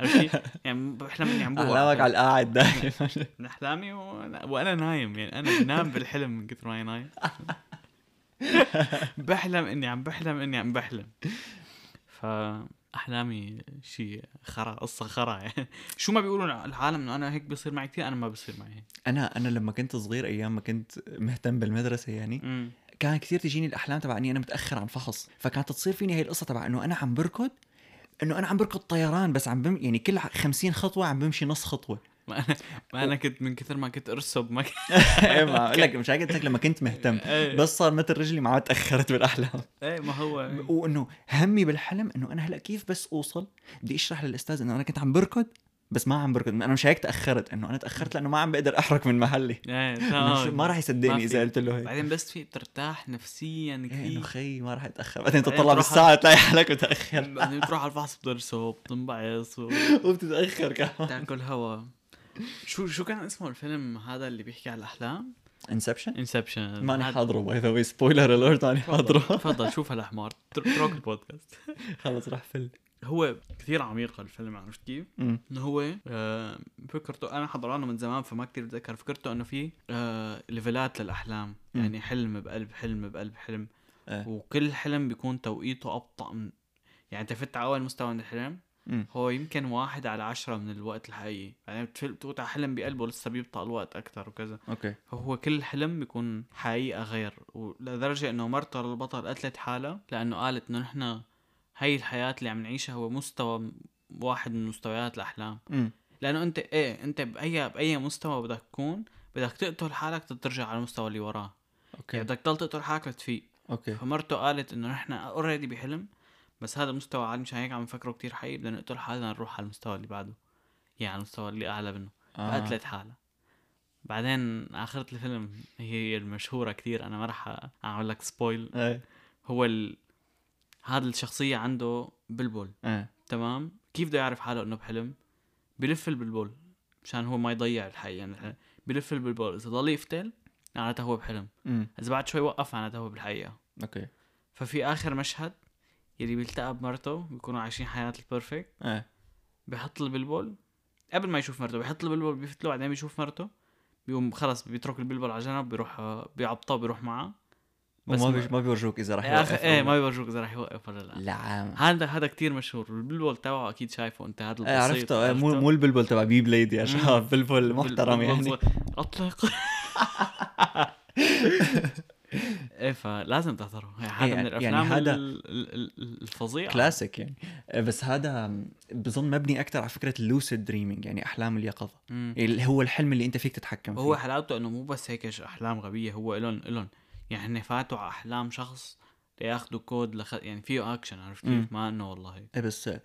Speaker 2: عرفت كيف؟ يعني بحلم اني عم بوقع
Speaker 1: احلامك على القاعد دائما
Speaker 2: من احلامي وانا, وأنا نايم يعني انا بنام بالحلم من كثر ما انا نايم بحلم اني عم بحلم اني عم بحلم فاحلامي شيء خرا قصه خرا يعني شو ما بيقولوا العالم انه انا هيك بيصير معي كثير انا ما بصير معي هيك.
Speaker 1: انا انا لما كنت صغير ايام ما كنت مهتم بالمدرسه يعني
Speaker 2: أمم.
Speaker 1: كان كثير تجيني الاحلام تبع اني انا متاخر عن فحص فكانت تصير فيني هي القصه تبع انه انا عم بركض انه انا عم بركض طيران بس عم بم يعني كل 50 خطوه عم بمشي نص خطوه
Speaker 2: ما انا ما انا كنت من كثر ما كنت ارسب ما كنت
Speaker 1: إيه، ما أقول لك مش هيك قلت لك لما كنت مهتم
Speaker 2: إيه.
Speaker 1: بس صار مثل رجلي ما عاد تاخرت بالاحلام
Speaker 2: ايه ما هو
Speaker 1: وانه همي بالحلم انه انا هلا كيف بس اوصل بدي اشرح للاستاذ انه انا كنت عم بركض بس ما عم بركض انا مش هيك تاخرت انه انا تاخرت لانه ما عم بقدر احرك من محلي
Speaker 2: ايه
Speaker 1: إنه شو-
Speaker 2: تمام.
Speaker 1: ما راح
Speaker 2: ما
Speaker 1: يصدقني اذا
Speaker 2: في.
Speaker 1: قلت له هيك
Speaker 2: بعدين بس في بترتاح نفسيا
Speaker 1: ايه انه
Speaker 2: كثير
Speaker 1: خي ما راح اتاخر بعدين
Speaker 2: بعدين
Speaker 1: تطلع
Speaker 2: تروح-
Speaker 1: بالساعه تلاقي حالك متاخر
Speaker 2: بعدين بتروح يعني على الفحص بترسب بتنبعص و...
Speaker 1: وبتتاخر كمان
Speaker 2: تاكل هوا شو شو كان اسمه الفيلم هذا اللي بيحكي على الاحلام؟
Speaker 1: انسبشن
Speaker 2: انسبشن
Speaker 1: ماني حاضره باي ذا واي سبويلر اليرت ماني حاضره
Speaker 2: تفضل شوف هالحمار تر- اترك البودكاست
Speaker 1: خلص راح فل
Speaker 2: هو كثير عميق الفيلم عرفت كيف؟
Speaker 1: أمم.
Speaker 2: انه هو آه، فكرته انا حضرانه من زمان فما كثير بتذكر فكرته انه في آه، ليفلات للاحلام
Speaker 1: مم.
Speaker 2: يعني حلم بقلب حلم بقلب حلم
Speaker 1: إيه.
Speaker 2: وكل حلم بيكون توقيته ابطا من يعني انت فت على اول مستوى من الحلم
Speaker 1: أمم.
Speaker 2: هو يمكن واحد على عشرة من الوقت الحقيقي يعني بعدين بتفل- بتفوت على حلم بقلبه لسه بيبطأ الوقت أكتر وكذا
Speaker 1: اوكي
Speaker 2: فهو كل حلم بيكون حقيقة غير ولدرجة إنه مرته البطل قتلت حالها لأنه قالت إنه نحن هاي الحياة اللي عم نعيشها هو مستوى م- واحد من مستويات الأحلام
Speaker 1: أمم.
Speaker 2: لأنه أنت إيه أنت بأي بأي مستوى بدك تكون بدك تقتل حالك ترجع على المستوى اللي وراه يعني
Speaker 1: اوكي
Speaker 2: بدك تضل تقتل حالك لتفيق
Speaker 1: اوكي
Speaker 2: فمرته قالت انه نحن اوريدي بحلم بس هذا مستوى عالي مشان هيك عم نفكره كتير حقيقي بدنا نقتل حالنا نروح على المستوى اللي بعده يعني على المستوى اللي اعلى منه
Speaker 1: آه.
Speaker 2: قتلت حالها بعدين آخرة الفيلم هي المشهورة كتير أنا ما رح أعمل لك سبويل
Speaker 1: ايه
Speaker 2: هو ال... هذا الشخصية عنده بلبل
Speaker 1: ايه
Speaker 2: تمام كيف بده يعرف حاله إنه بحلم بلف البلبول مشان هو ما يضيع الحقيقة يعني بلف البلبول إذا ضل يفتل معناتها هو بحلم
Speaker 1: أمم.
Speaker 2: إذا بعد شوي وقف معناتها هو بالحقيقة
Speaker 1: اوكي
Speaker 2: ففي اخر مشهد يلي بيلتقى بمرته بيكونوا عايشين حياه البرفكت
Speaker 1: ايه
Speaker 2: بحط البلبل قبل ما يشوف مرته بحط البلبل بيفتله بعدين بيشوف مرته بيقوم خلص بيترك البلبل على جنب بيروح آه، بيعبطه بيروح معه بس
Speaker 1: وما
Speaker 2: ما-
Speaker 1: بيش- ما بيورجوك اذا راح
Speaker 2: آخر
Speaker 1: يوقف
Speaker 2: ايه ما بيورجوك اذا رح يوقف ولا لا
Speaker 1: لعام
Speaker 2: هذا هذا كتير مشهور البلبل تبعه اكيد شايفه انت هذا
Speaker 1: ايه
Speaker 2: البسيط
Speaker 1: عرفته إيه، مو مو البلبل تبع بي بليد يا شباب بلبل
Speaker 2: بال-
Speaker 1: محترم يعني
Speaker 2: بالضبط. اطلق ايه فلازم تحضره هذا
Speaker 1: إيه،
Speaker 2: من
Speaker 1: يعني
Speaker 2: الافلام
Speaker 1: هذا
Speaker 2: ال- ال- ال- الفظيعه
Speaker 1: كلاسيك يعني آه، بس هذا بظن مبني اكثر على فكره اللوسيد دريمينج يعني احلام اليقظه
Speaker 2: مم.
Speaker 1: اللي هو الحلم اللي انت فيك تتحكم فيه
Speaker 2: هو حلاوته انه مو بس هيك ش- احلام غبيه هو الن الن يعني هن فاتوا على احلام شخص لياخذوا كود لخ... يعني فيه اكشن عرفت كيف؟ ما انه والله
Speaker 1: إيه بس آه،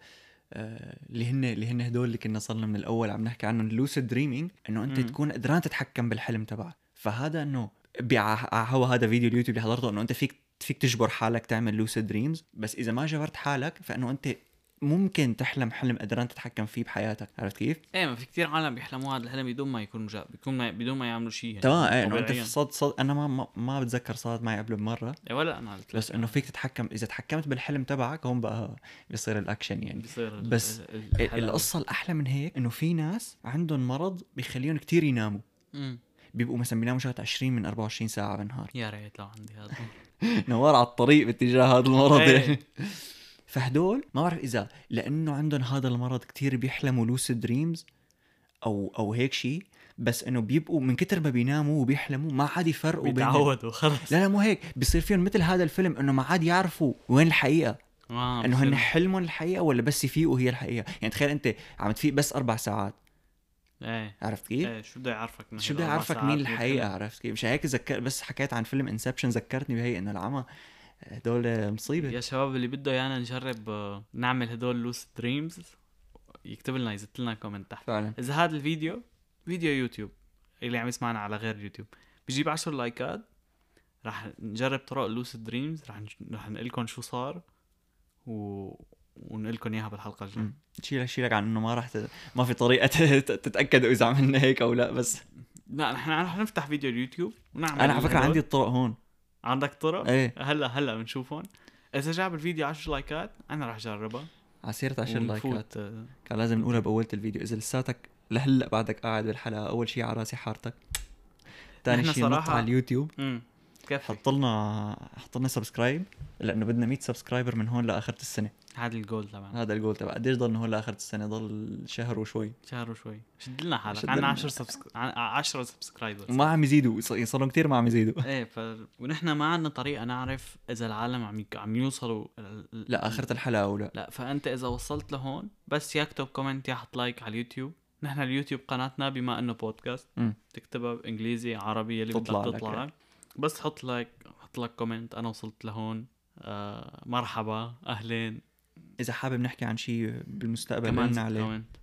Speaker 1: آه، اللي هن اللي هن هدول اللي كنا صرنا من الاول عم نحكي عنهم اللوسيد دريمينج انه انت
Speaker 2: مم.
Speaker 1: تكون قدران تتحكم بالحلم تبعك فهذا انه بع- على هوا هذا فيديو اليوتيوب اللي حضرته انه انت فيك فيك تجبر حالك تعمل لوسيد دريمز بس اذا ما جبرت حالك فانه انت ممكن تحلم حلم قدران تتحكم فيه بحياتك عرفت كيف؟
Speaker 2: ايه ما في كتير عالم بيحلموا هذا الحلم بدون ما يكون مجا... بيكون ما... بدون ما يعملوا شيء يعني
Speaker 1: تمام ايه انه انت
Speaker 2: طبيعياً.
Speaker 1: صد صد انا ما ما, ما بتذكر صارت معي قبل بمره
Speaker 2: إيه ولا انا قلت
Speaker 1: بس
Speaker 2: لك
Speaker 1: انه فيك تتحكم اذا تحكمت بالحلم تبعك هون بقى بيصير الاكشن يعني
Speaker 2: بيصير ال-
Speaker 1: بس
Speaker 2: ال- ال- الحلم.
Speaker 1: القصه الاحلى من هيك انه في ناس عندهم مرض بيخليهم كتير يناموا
Speaker 2: أمم.
Speaker 1: بيبقوا مثلا بيناموا شغله 20 من 24 ساعه بالنهار
Speaker 2: يا ريت لو عندي هذا
Speaker 1: نوار على الطريق باتجاه هذا المرض
Speaker 2: إيه.
Speaker 1: يعني فهدول ما بعرف اذا لانه عندهم هذا المرض كتير بيحلموا لوسيد دريمز او او هيك شيء بس انه بيبقوا من كتر ما بيناموا وبيحلموا ما عاد يفرقوا بين لا
Speaker 2: بيتعودوا خلص
Speaker 1: لا مو هيك بصير فيهم مثل هذا الفيلم انه ما عاد يعرفوا وين الحقيقه
Speaker 2: آه،
Speaker 1: انه
Speaker 2: بصير-
Speaker 1: هن حلمهم الحقيقه ولا بس يفيقوا هي الحقيقه يعني تخيل انت عم تفيق بس اربع ساعات
Speaker 2: ايه
Speaker 1: عرفت كيف
Speaker 2: ايه شو بده يعرفك إنه
Speaker 1: إيه؟ شو
Speaker 2: هي
Speaker 1: بدي
Speaker 2: أربع
Speaker 1: اعرفك
Speaker 2: ساعات
Speaker 1: مين
Speaker 2: من الفيلم؟
Speaker 1: الحقيقه عرفت كيف مش هيك ذكر بس حكيت عن فيلم انسبشن ذكرتني بهي انه العمى آه، هدول مصيبه
Speaker 2: يا شباب اللي بده يانا نجرب آه، نعمل هدول لوس دريمز يكتب لنا يزت لنا كومنت تحت
Speaker 1: فعلا
Speaker 2: اذا هذا الفيديو فيديو يوتيوب اللي عم يسمعنا على غير يوتيوب بجيب 10 لايكات رح نجرب طرق لوس دريمز رح نج- رح نقول لكم شو صار و... ونقول لكم اياها بالحلقه الجايه
Speaker 1: مم. شيلك شيلك عن انه ما راح ت... ما في طريقه ت- تتاكدوا اذا عملنا هيك او لا بس
Speaker 2: لا نحن رح نفتح فيديو اليوتيوب ونعمل
Speaker 1: انا على فكره
Speaker 2: هدول.
Speaker 1: عندي الطرق هون
Speaker 2: عندك طرق
Speaker 1: ايه
Speaker 2: هلا هلا بنشوفهم اذا جاب الفيديو 10 لايكات انا رح اجربها
Speaker 1: على سيره 10 لايكات
Speaker 2: ونفوت، آه،
Speaker 1: كان لازم نقولها باول الفيديو اذا لساتك لهلا بعدك قاعد بالحلقه اول شيء على راسي حارتك ثاني
Speaker 2: نحن
Speaker 1: شيء نط
Speaker 2: صراحة-
Speaker 1: على اليوتيوب
Speaker 2: امم كيف
Speaker 1: حط لنا حط لنا سبسكرايب لانه بدنا 100 سبسكرايبر من هون لاخره السنه
Speaker 2: هذا الجول تبعنا
Speaker 1: هذا الجول تبع قديش ضل من هون لاخره السنه ضل شهر وشوي
Speaker 2: شهر وشوي شد لنا حالك
Speaker 1: شد
Speaker 2: عندنا
Speaker 1: لنا.
Speaker 2: 10 سبسك... 10 سبسكرايبرز
Speaker 1: وما عم يزيدوا ص- يعني صار لهم كثير ما عم يزيدوا
Speaker 2: ايه ف... ونحن ما عندنا طريقه نعرف اذا العالم عم يك... عم يوصلوا ال-
Speaker 1: لا اخره الحلقه ولا
Speaker 2: لا فانت اذا وصلت لهون بس يا اكتب كومنت يا حط لايك على اليوتيوب نحن اليوتيوب قناتنا بما انه بودكاست
Speaker 1: مم.
Speaker 2: تكتبها بانجليزي عربي اللي
Speaker 1: تطلع
Speaker 2: بدك
Speaker 1: لك،
Speaker 2: تطلع
Speaker 1: إيه.
Speaker 2: لك بس حط لايك حط لك كومنت انا وصلت لهون آه مرحبا اهلين
Speaker 1: اذا حابب نحكي عن شيء بالمستقبل
Speaker 2: كمان
Speaker 1: كمان
Speaker 2: ست
Speaker 1: عليه
Speaker 2: كومنت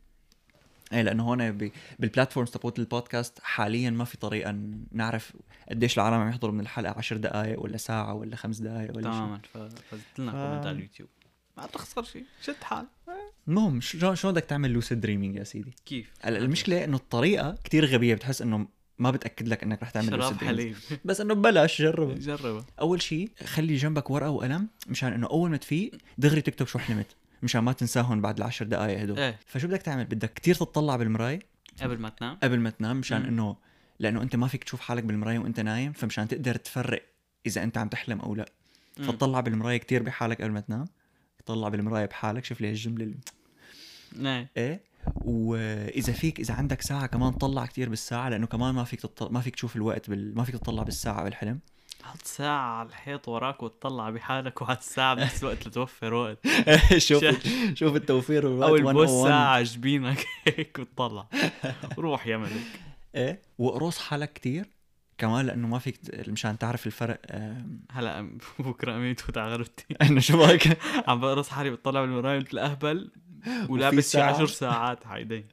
Speaker 1: ايه لانه هون ب... بالبلاتفورمز تبعت البودكاست حاليا ما في طريقه ن- نعرف قديش العالم عم يحضروا من الحلقه 10 دقائق ولا ساعه ولا خمس دقائق ولا شيء
Speaker 2: تماما ف- فزت لنا
Speaker 1: ف-
Speaker 2: كومنت على اليوتيوب ما بتخسر شيء شد حال
Speaker 1: المهم شو شو بدك تعمل لوسيد دريمينج يا سيدي
Speaker 2: كيف
Speaker 1: هلا المشكله انه الطريقه كتير غبيه بتحس انه ما بتاكد لك انك رح تعمل
Speaker 2: شراب
Speaker 1: lucid dreaming.
Speaker 2: حليب
Speaker 1: بس انه بلاش جربها
Speaker 2: جربها
Speaker 1: اول شيء خلي جنبك ورقه وقلم مشان انه اول ما تفيق دغري تكتب شو حلمت مشان ما تنساهم بعد العشر دقائق هدول
Speaker 2: ايه
Speaker 1: فشو بدك تعمل بدك كتير تتطلع بالمرايه
Speaker 2: قبل ما تنام
Speaker 1: قبل ما تنام مشان
Speaker 2: مم.
Speaker 1: انه لانه انت ما فيك تشوف حالك بالمرايه وانت نايم فمشان تقدر تفرق اذا انت عم تحلم او لا
Speaker 2: مم.
Speaker 1: فتطلع بالمرايه كتير بحالك قبل ما تنام تطلع بالمرايه بحالك شوف لي هالجمله اللي-
Speaker 2: ايه
Speaker 1: ايه واذا فيك اذا عندك ساعه كمان طلع كتير بالساعه لانه كمان ما فيك تطلع ما فيك تشوف الوقت بال... ما فيك تطلع بالساعه بالحلم
Speaker 2: حط ساعة على الحيط وراك وتطلع بحالك وعلى الساعة بنفس الوقت لتوفر وقت
Speaker 1: شوف شوف التوفير
Speaker 2: أو
Speaker 1: والوقت
Speaker 2: البوس
Speaker 1: 101.
Speaker 2: ساعة جبينك هيك وتطلع روح يا ملك
Speaker 1: ايه واقرص حالك كتير كمان لانه ما فيك ت- مشان تعرف الفرق آه، آم،
Speaker 2: هلا أم- بكرة أمي بتفوت على غرفتي
Speaker 1: انه شو رايك
Speaker 2: عم بقرص حالي بتطلع بالمراية مثل أهبل
Speaker 1: وفي
Speaker 2: ولابس شي
Speaker 1: ساعة.
Speaker 2: 10 ساعات هيدي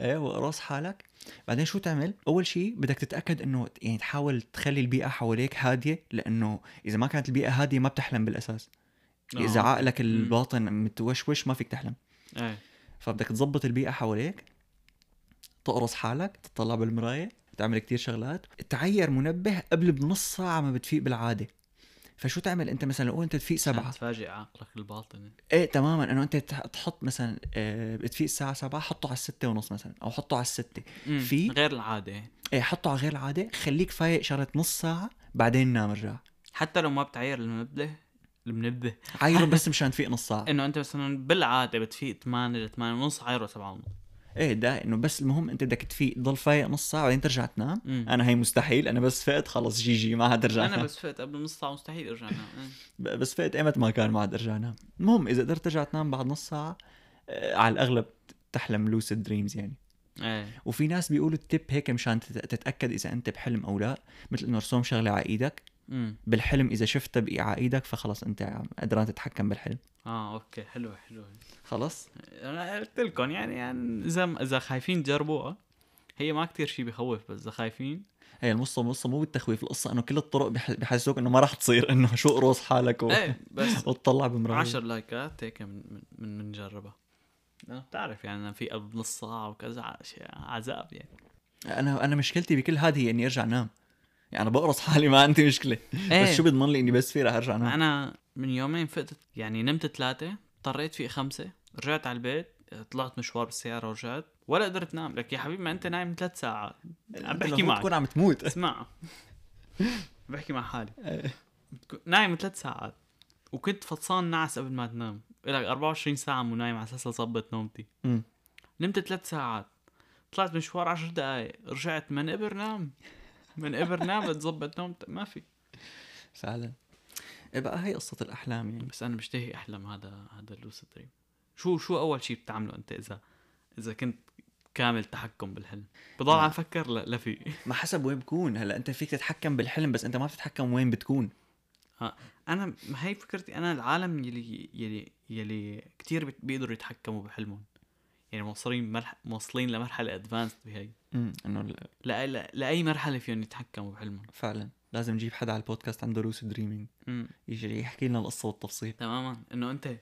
Speaker 1: ايه واقرص حالك بعدين شو تعمل اول شيء بدك تتاكد انه يعني تحاول تخلي البيئه حواليك هاديه لانه اذا ما كانت البيئه هاديه ما بتحلم بالاساس
Speaker 2: آه، نعم.
Speaker 1: اذا عقلك الباطن متوشوش ما فيك تحلم
Speaker 2: ايه
Speaker 1: فبدك تظبط البيئه حواليك تقرص حالك تطلع بالمرايه تعمل كتير شغلات تعير منبه قبل بنص ساعه ما بتفيق بالعاده فشو تعمل انت مثلا لو انت تفيق
Speaker 2: سبعة
Speaker 1: سبعة
Speaker 2: تفاجئ عقلك الباطني
Speaker 1: ايه تماما انه انت تح- تحط مثلا آه، بتفيق الساعه 7 حطه على الستة ونص مثلا او حطه على الستة
Speaker 2: أمم،
Speaker 1: في-
Speaker 2: غير العادة
Speaker 1: ايه حطه على غير العاده خليك فايق شغله نص ساعه بعدين نام ارجع
Speaker 2: حتى لو ما بتعير المنبه المنبه
Speaker 1: عايره بس مشان تفيق نص ساعه
Speaker 2: انه انت مثلا بالعاده بتفيق 8 ل 8 ونص عايره 7 ونص
Speaker 1: ايه ده انه بس المهم انت بدك تفيق تضل فايق نص ساعه بعدين ترجع تنام
Speaker 2: أمم.
Speaker 1: انا هي مستحيل انا بس فقت خلص جي جي ما عاد ارجع
Speaker 2: انا
Speaker 1: أنام.
Speaker 2: بس فقت قبل نص ساعه مستحيل ارجع انام إيه.
Speaker 1: ب- بس فقت ايمت ما كان ما عاد ارجع انام المهم اذا قدرت ترجع تنام بعد نص ساعه آه، على الاغلب تحلم لوسيد دريمز يعني
Speaker 2: ايه
Speaker 1: وفي ناس بيقولوا التب هيك مشان تت- تتاكد اذا انت بحلم او لا مثل انه رسوم شغله على ايدك
Speaker 2: امم
Speaker 1: بالحلم اذا شفتها بايع ايدك فخلص انت عم- قدران تتحكم بالحلم
Speaker 2: اه اوكي حلوه حلوه
Speaker 1: خلص
Speaker 2: انا قلت لكم يعني, يعني اذا اذا خايفين جربوها هي ما كتير شيء بخوف بس اذا خايفين
Speaker 1: هي القصه القصه مو بالتخويف القصه انه كل الطرق بح- بحسوك انه ما راح تصير انه شو قروص حالك و...
Speaker 2: ايه بس
Speaker 1: وتطلع بمرايه
Speaker 2: 10 لايكات هيك من من- من بنجربها
Speaker 1: آه.
Speaker 2: لأنه بتعرف يعني أنا في قبل نص ساعه وكذا عش- عذاب يعني
Speaker 1: انا انا مشكلتي بكل هذه هي اني ارجع انام يعني انا بقرص حالي ما عندي مشكله
Speaker 2: ايه
Speaker 1: بس شو بيضمن لي اني بس في رح ارجع انام
Speaker 2: انا من يومين فقت يعني نمت ثلاثة اضطريت فيق خمسة رجعت على البيت طلعت مشوار بالسيارة ورجعت ولا قدرت نام لك يا حبيبي ما انت نايم ثلاث ساعات عم بحكي
Speaker 1: المفروض
Speaker 2: معك
Speaker 1: تكون عم تموت
Speaker 2: اسمع بحكي مع حالي
Speaker 1: إيه.
Speaker 2: بتكون- نايم ثلاث ساعات وكنت فطسان نعس قبل ما تنام لك 24 ساعه مو نايم على اساس اظبط نومتي
Speaker 1: مم.
Speaker 2: نمت ثلاث ساعات طلعت مشوار 10 دقائق رجعت من ابر نام من ابر نام لتظبط نومتك ما في
Speaker 1: فعلا إيه بقى هي قصه الاحلام يعني
Speaker 2: بس انا بشتهي احلم هذا هذا اللوسيد دريم شو شو اول شيء بتعمله انت اذا اذا كنت كامل تحكم بالحلم بضل عم فكر لا, لا في
Speaker 1: ما حسب وين بكون هلا انت فيك تتحكم بالحلم بس انت ما بتتحكم وين بتكون
Speaker 2: انا ما هي فكرتي انا العالم يلي يلي يلي كثير بيقدروا يتحكموا بحلمهم يعني موصلين مرح... موصلين لمرحله ادفانسد بهي
Speaker 1: امم انه ال-
Speaker 2: لا لا لاي مرحله فيهم يتحكموا بحلمهم
Speaker 1: فعلا لازم نجيب حدا على البودكاست عنده لوس دريمينج
Speaker 2: أمم.
Speaker 1: يجي يحكي لنا القصه والتفصيل
Speaker 2: تماما انه انت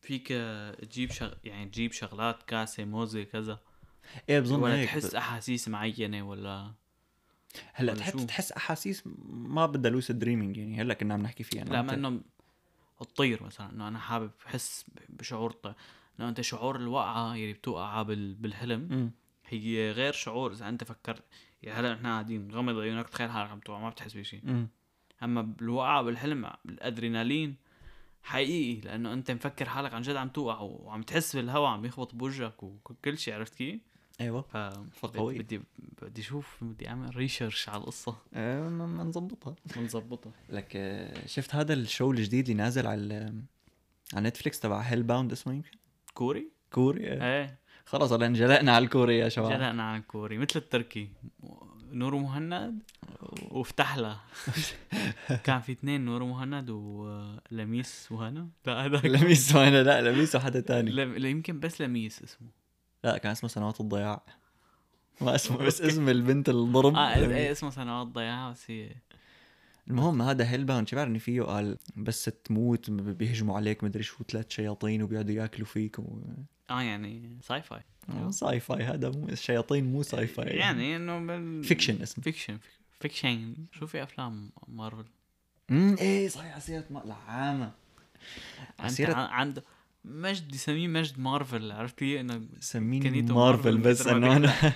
Speaker 2: فيك آه، تجيب شغ... يعني تجيب شغلات كاسه موزه كذا
Speaker 1: ايه بظن
Speaker 2: ولا
Speaker 1: هيك
Speaker 2: تحس احاسيس معينه ولا
Speaker 1: هلا
Speaker 2: ولا
Speaker 1: تحس
Speaker 2: شو؟
Speaker 1: تحس احاسيس ما بدها لوس دريمينج يعني هلا كنا عم نحكي فيها
Speaker 2: لا
Speaker 1: أنت-
Speaker 2: ما انه الطير مثلا انه انا حابب احس بشعور الطير انه انت شعور الوقعه يلي بتوقع بال... بالحلم
Speaker 1: أمم.
Speaker 2: هي غير شعور اذا انت فكرت يعني هلا نحن قاعدين غمض عيونك تخيل حالك عم توقع ما بتحس بشيء
Speaker 1: أمم.
Speaker 2: اما بالوقعه بالحلم الادرينالين حقيقي لانه انت مفكر حالك عن جد عم توقع وعم تحس بالهواء عم يخبط بوجهك وكل شيء عرفت كيف؟
Speaker 1: ايوه
Speaker 2: ف
Speaker 1: فقوي.
Speaker 2: بدي بدي اشوف بدي اعمل ريسيرش على القصه
Speaker 1: آه، ما ما نظبطها
Speaker 2: ونظبطها
Speaker 1: لك آه، شفت هذا الشو الجديد اللي نازل على ال- على نتفليكس تبع هيل باوند اسمه يمكن
Speaker 2: كوري؟
Speaker 1: كوريا
Speaker 2: ايه
Speaker 1: خلص هلا انجلقنا على الكوري يا شباب
Speaker 2: جلقنا عن كوري مثل التركي نور مهند وفتحلة كان في اثنين نور مهند ولميس وهنا لا هذا
Speaker 1: لميس وانا لا لميس وحدا تاني
Speaker 2: لا يمكن بس لميس اسمه
Speaker 1: لا كان اسمه سنوات الضياع ما اسمه بس اسم البنت الضرب
Speaker 2: اه ايه اسمه سنوات ضياع بس هي
Speaker 1: المهم هذا هيل باوند شو بعرفني فيه قال بس تموت ب- بيهجموا عليك مدري شو ثلاث شياطين وبيقعدوا ياكلوا فيك و...
Speaker 2: اه يعني ساي فاي
Speaker 1: ساي فاي هذا مو الشياطين مو ساي فاي
Speaker 2: يعني انه بال...
Speaker 1: إيه. فيكشن اسمه
Speaker 2: فيكشن فيكشن شو في افلام مارفل
Speaker 1: امم ايه صحيح عسيرة ما لعانة
Speaker 2: عند
Speaker 1: عسيرة
Speaker 2: عند مجد يسميه مجد مارفل عرفت لي انه
Speaker 1: سميني
Speaker 2: كنيته
Speaker 1: مارفل
Speaker 2: مارفل
Speaker 1: بس
Speaker 2: مثل ما
Speaker 1: انه انا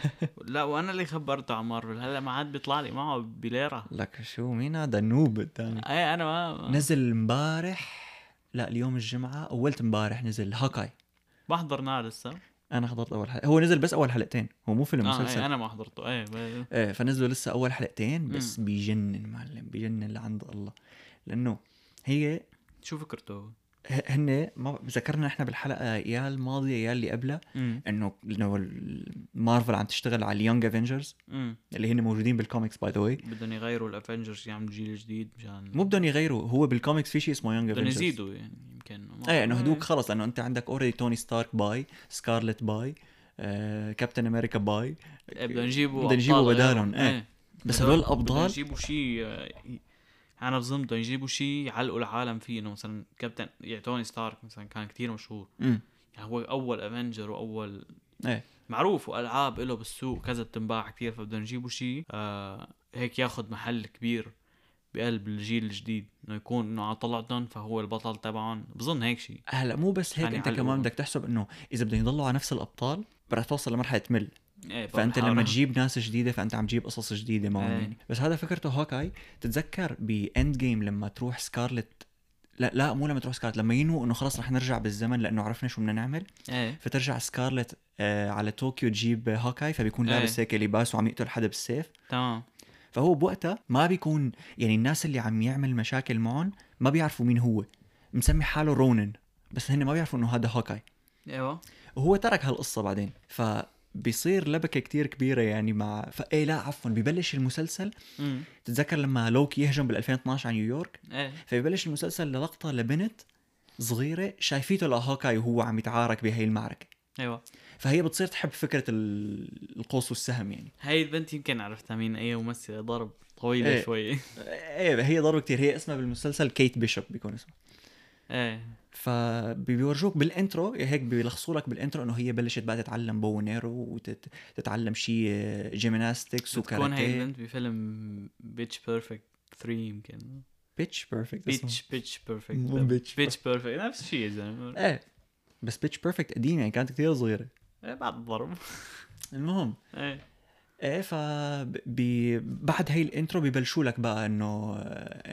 Speaker 2: لا وانا اللي خبرته عن مارفل هلا ما عاد بيطلع لي معه بليره
Speaker 1: لك شو مين هذا نوب الثاني
Speaker 2: ايه انا ما ما-
Speaker 1: نزل امبارح لا اليوم الجمعة اولت امبارح نزل هاكاي
Speaker 2: ما حضرناه لسه
Speaker 1: انا حضرت اول حلقة هو نزل بس اول حلقتين هو مو فيلم
Speaker 2: اه
Speaker 1: مسلسل
Speaker 2: ايه انا ما حضرته ايه ب-
Speaker 1: ايه فنزلوا لسه اول حلقتين بس بيجنن معلم بيجنن لعند الله لانه هي
Speaker 2: شو فكرته؟
Speaker 1: ه- هن ما ذكرنا نحن بالحلقه يا الماضيه يا اللي قبلها
Speaker 2: امم
Speaker 1: انه انه ال- مارفل عم تشتغل على اليونج افنجرز
Speaker 2: امم
Speaker 1: اللي هن موجودين بالكوميكس باي ذا واي
Speaker 2: بدهم يغيروا الافنجرز يعملوا جيل جديد مشان
Speaker 1: مو بدهم يغيروا هو بالكوميكس في شيء اسمه يونج
Speaker 2: بدهم
Speaker 1: افنجرز
Speaker 2: يزيدوا يعني يمكن ما-
Speaker 1: ايه انه هدوك خلص لانه انت عندك اوريدي توني ستارك باي سكارلت باي آه، كابتن امريكا باي
Speaker 2: إيه، بدهم يجيبوا
Speaker 1: بدهم يجيبوا
Speaker 2: أبطال
Speaker 1: بدالهم،
Speaker 2: غيرهم.
Speaker 1: إيه. بس هدول الابطال
Speaker 2: بدهم يجيبوا شيء انا آه، بظن بدهم يجيبوا شيء يعلقوا العالم فيه انه مثلا كابتن يعني توني ستارك مثلا كان كتير مشهور
Speaker 1: مم.
Speaker 2: يعني هو اول افنجر واول
Speaker 1: ايه
Speaker 2: معروف والعاب له بالسوق كذا بتنباع كتير فبدهم يجيبوا شيء آه هيك ياخذ محل كبير بقلب الجيل الجديد انه يكون انه على طلعتهم فهو البطل تبعهم بظن هيك شيء
Speaker 1: هلا مو بس هيك
Speaker 2: يعني
Speaker 1: انت
Speaker 2: على
Speaker 1: كمان
Speaker 2: الأول.
Speaker 1: بدك تحسب انه اذا بدهم يضلوا على نفس الابطال رح توصل لمرحله تمل
Speaker 2: ايه بقى
Speaker 1: فانت لما
Speaker 2: بحاول-
Speaker 1: تجيب ناس جديده فانت عم تجيب قصص جديده معهم
Speaker 2: إيه.
Speaker 1: يعني بس هذا فكرته هوكاي تتذكر باند جيم لما تروح سكارلت لا لا مو لما تروح سكارلت لما ينو انه خلص رح نرجع بالزمن لانه عرفنا شو بدنا نعمل
Speaker 2: ايه
Speaker 1: فترجع سكارلت آه على طوكيو تجيب هوكاي فبيكون لابس هيك لباس وعم يقتل حدا بالسيف
Speaker 2: تمام
Speaker 1: فهو بوقتها ما بيكون يعني الناس اللي عم يعمل مشاكل معهم ما بيعرفوا مين هو مسمي حاله رونن بس هن ما بيعرفوا انه هذا هوكاي
Speaker 2: ايوه
Speaker 1: وهو ترك هالقصه بعدين فبيصير لبكه كتير كبيره يعني مع فايه لا عفوا ببلش المسلسل
Speaker 2: امم
Speaker 1: تتذكر لما لوكي يهجم بال 2012 على نيويورك
Speaker 2: ايه
Speaker 1: فبيبلش المسلسل للقطه لبنت صغيره شايفيته لهوكاي وهو عم يتعارك بهي المعركه
Speaker 2: ايوه
Speaker 1: فهي بتصير تحب فكره ال- القوس والسهم يعني
Speaker 2: هاي البنت يمكن عرفتها مين اي ممثله ضرب طويله
Speaker 1: إيه.
Speaker 2: شوي
Speaker 1: ايه هي ضربه كتير هي اسمها بالمسلسل كيت بيشوب بيكون اسمها
Speaker 2: ايه
Speaker 1: فبيورجوك بالانترو هيك بيلخصوا لك بالانترو انه هي بلشت بقى تتعلم بونيرو وتتعلم شيء جيمناستكس وكاراتيه
Speaker 2: بتكون هاي البنت بفيلم بيتش بيرفكت 3 يمكن
Speaker 1: بيتش بيرفكت
Speaker 2: بيتش بيتش بيرفكت
Speaker 1: مو Pitch
Speaker 2: بيتش بيرفكت نفس الشيء يا زلمه
Speaker 1: ايه بس بيتش بيرفكت قديمه يعني كانت كثير صغيره
Speaker 2: إيه، بعد الضرب
Speaker 1: المهم
Speaker 2: ايه
Speaker 1: ايه ف بعد هي الانترو ببلشوا لك بقى انه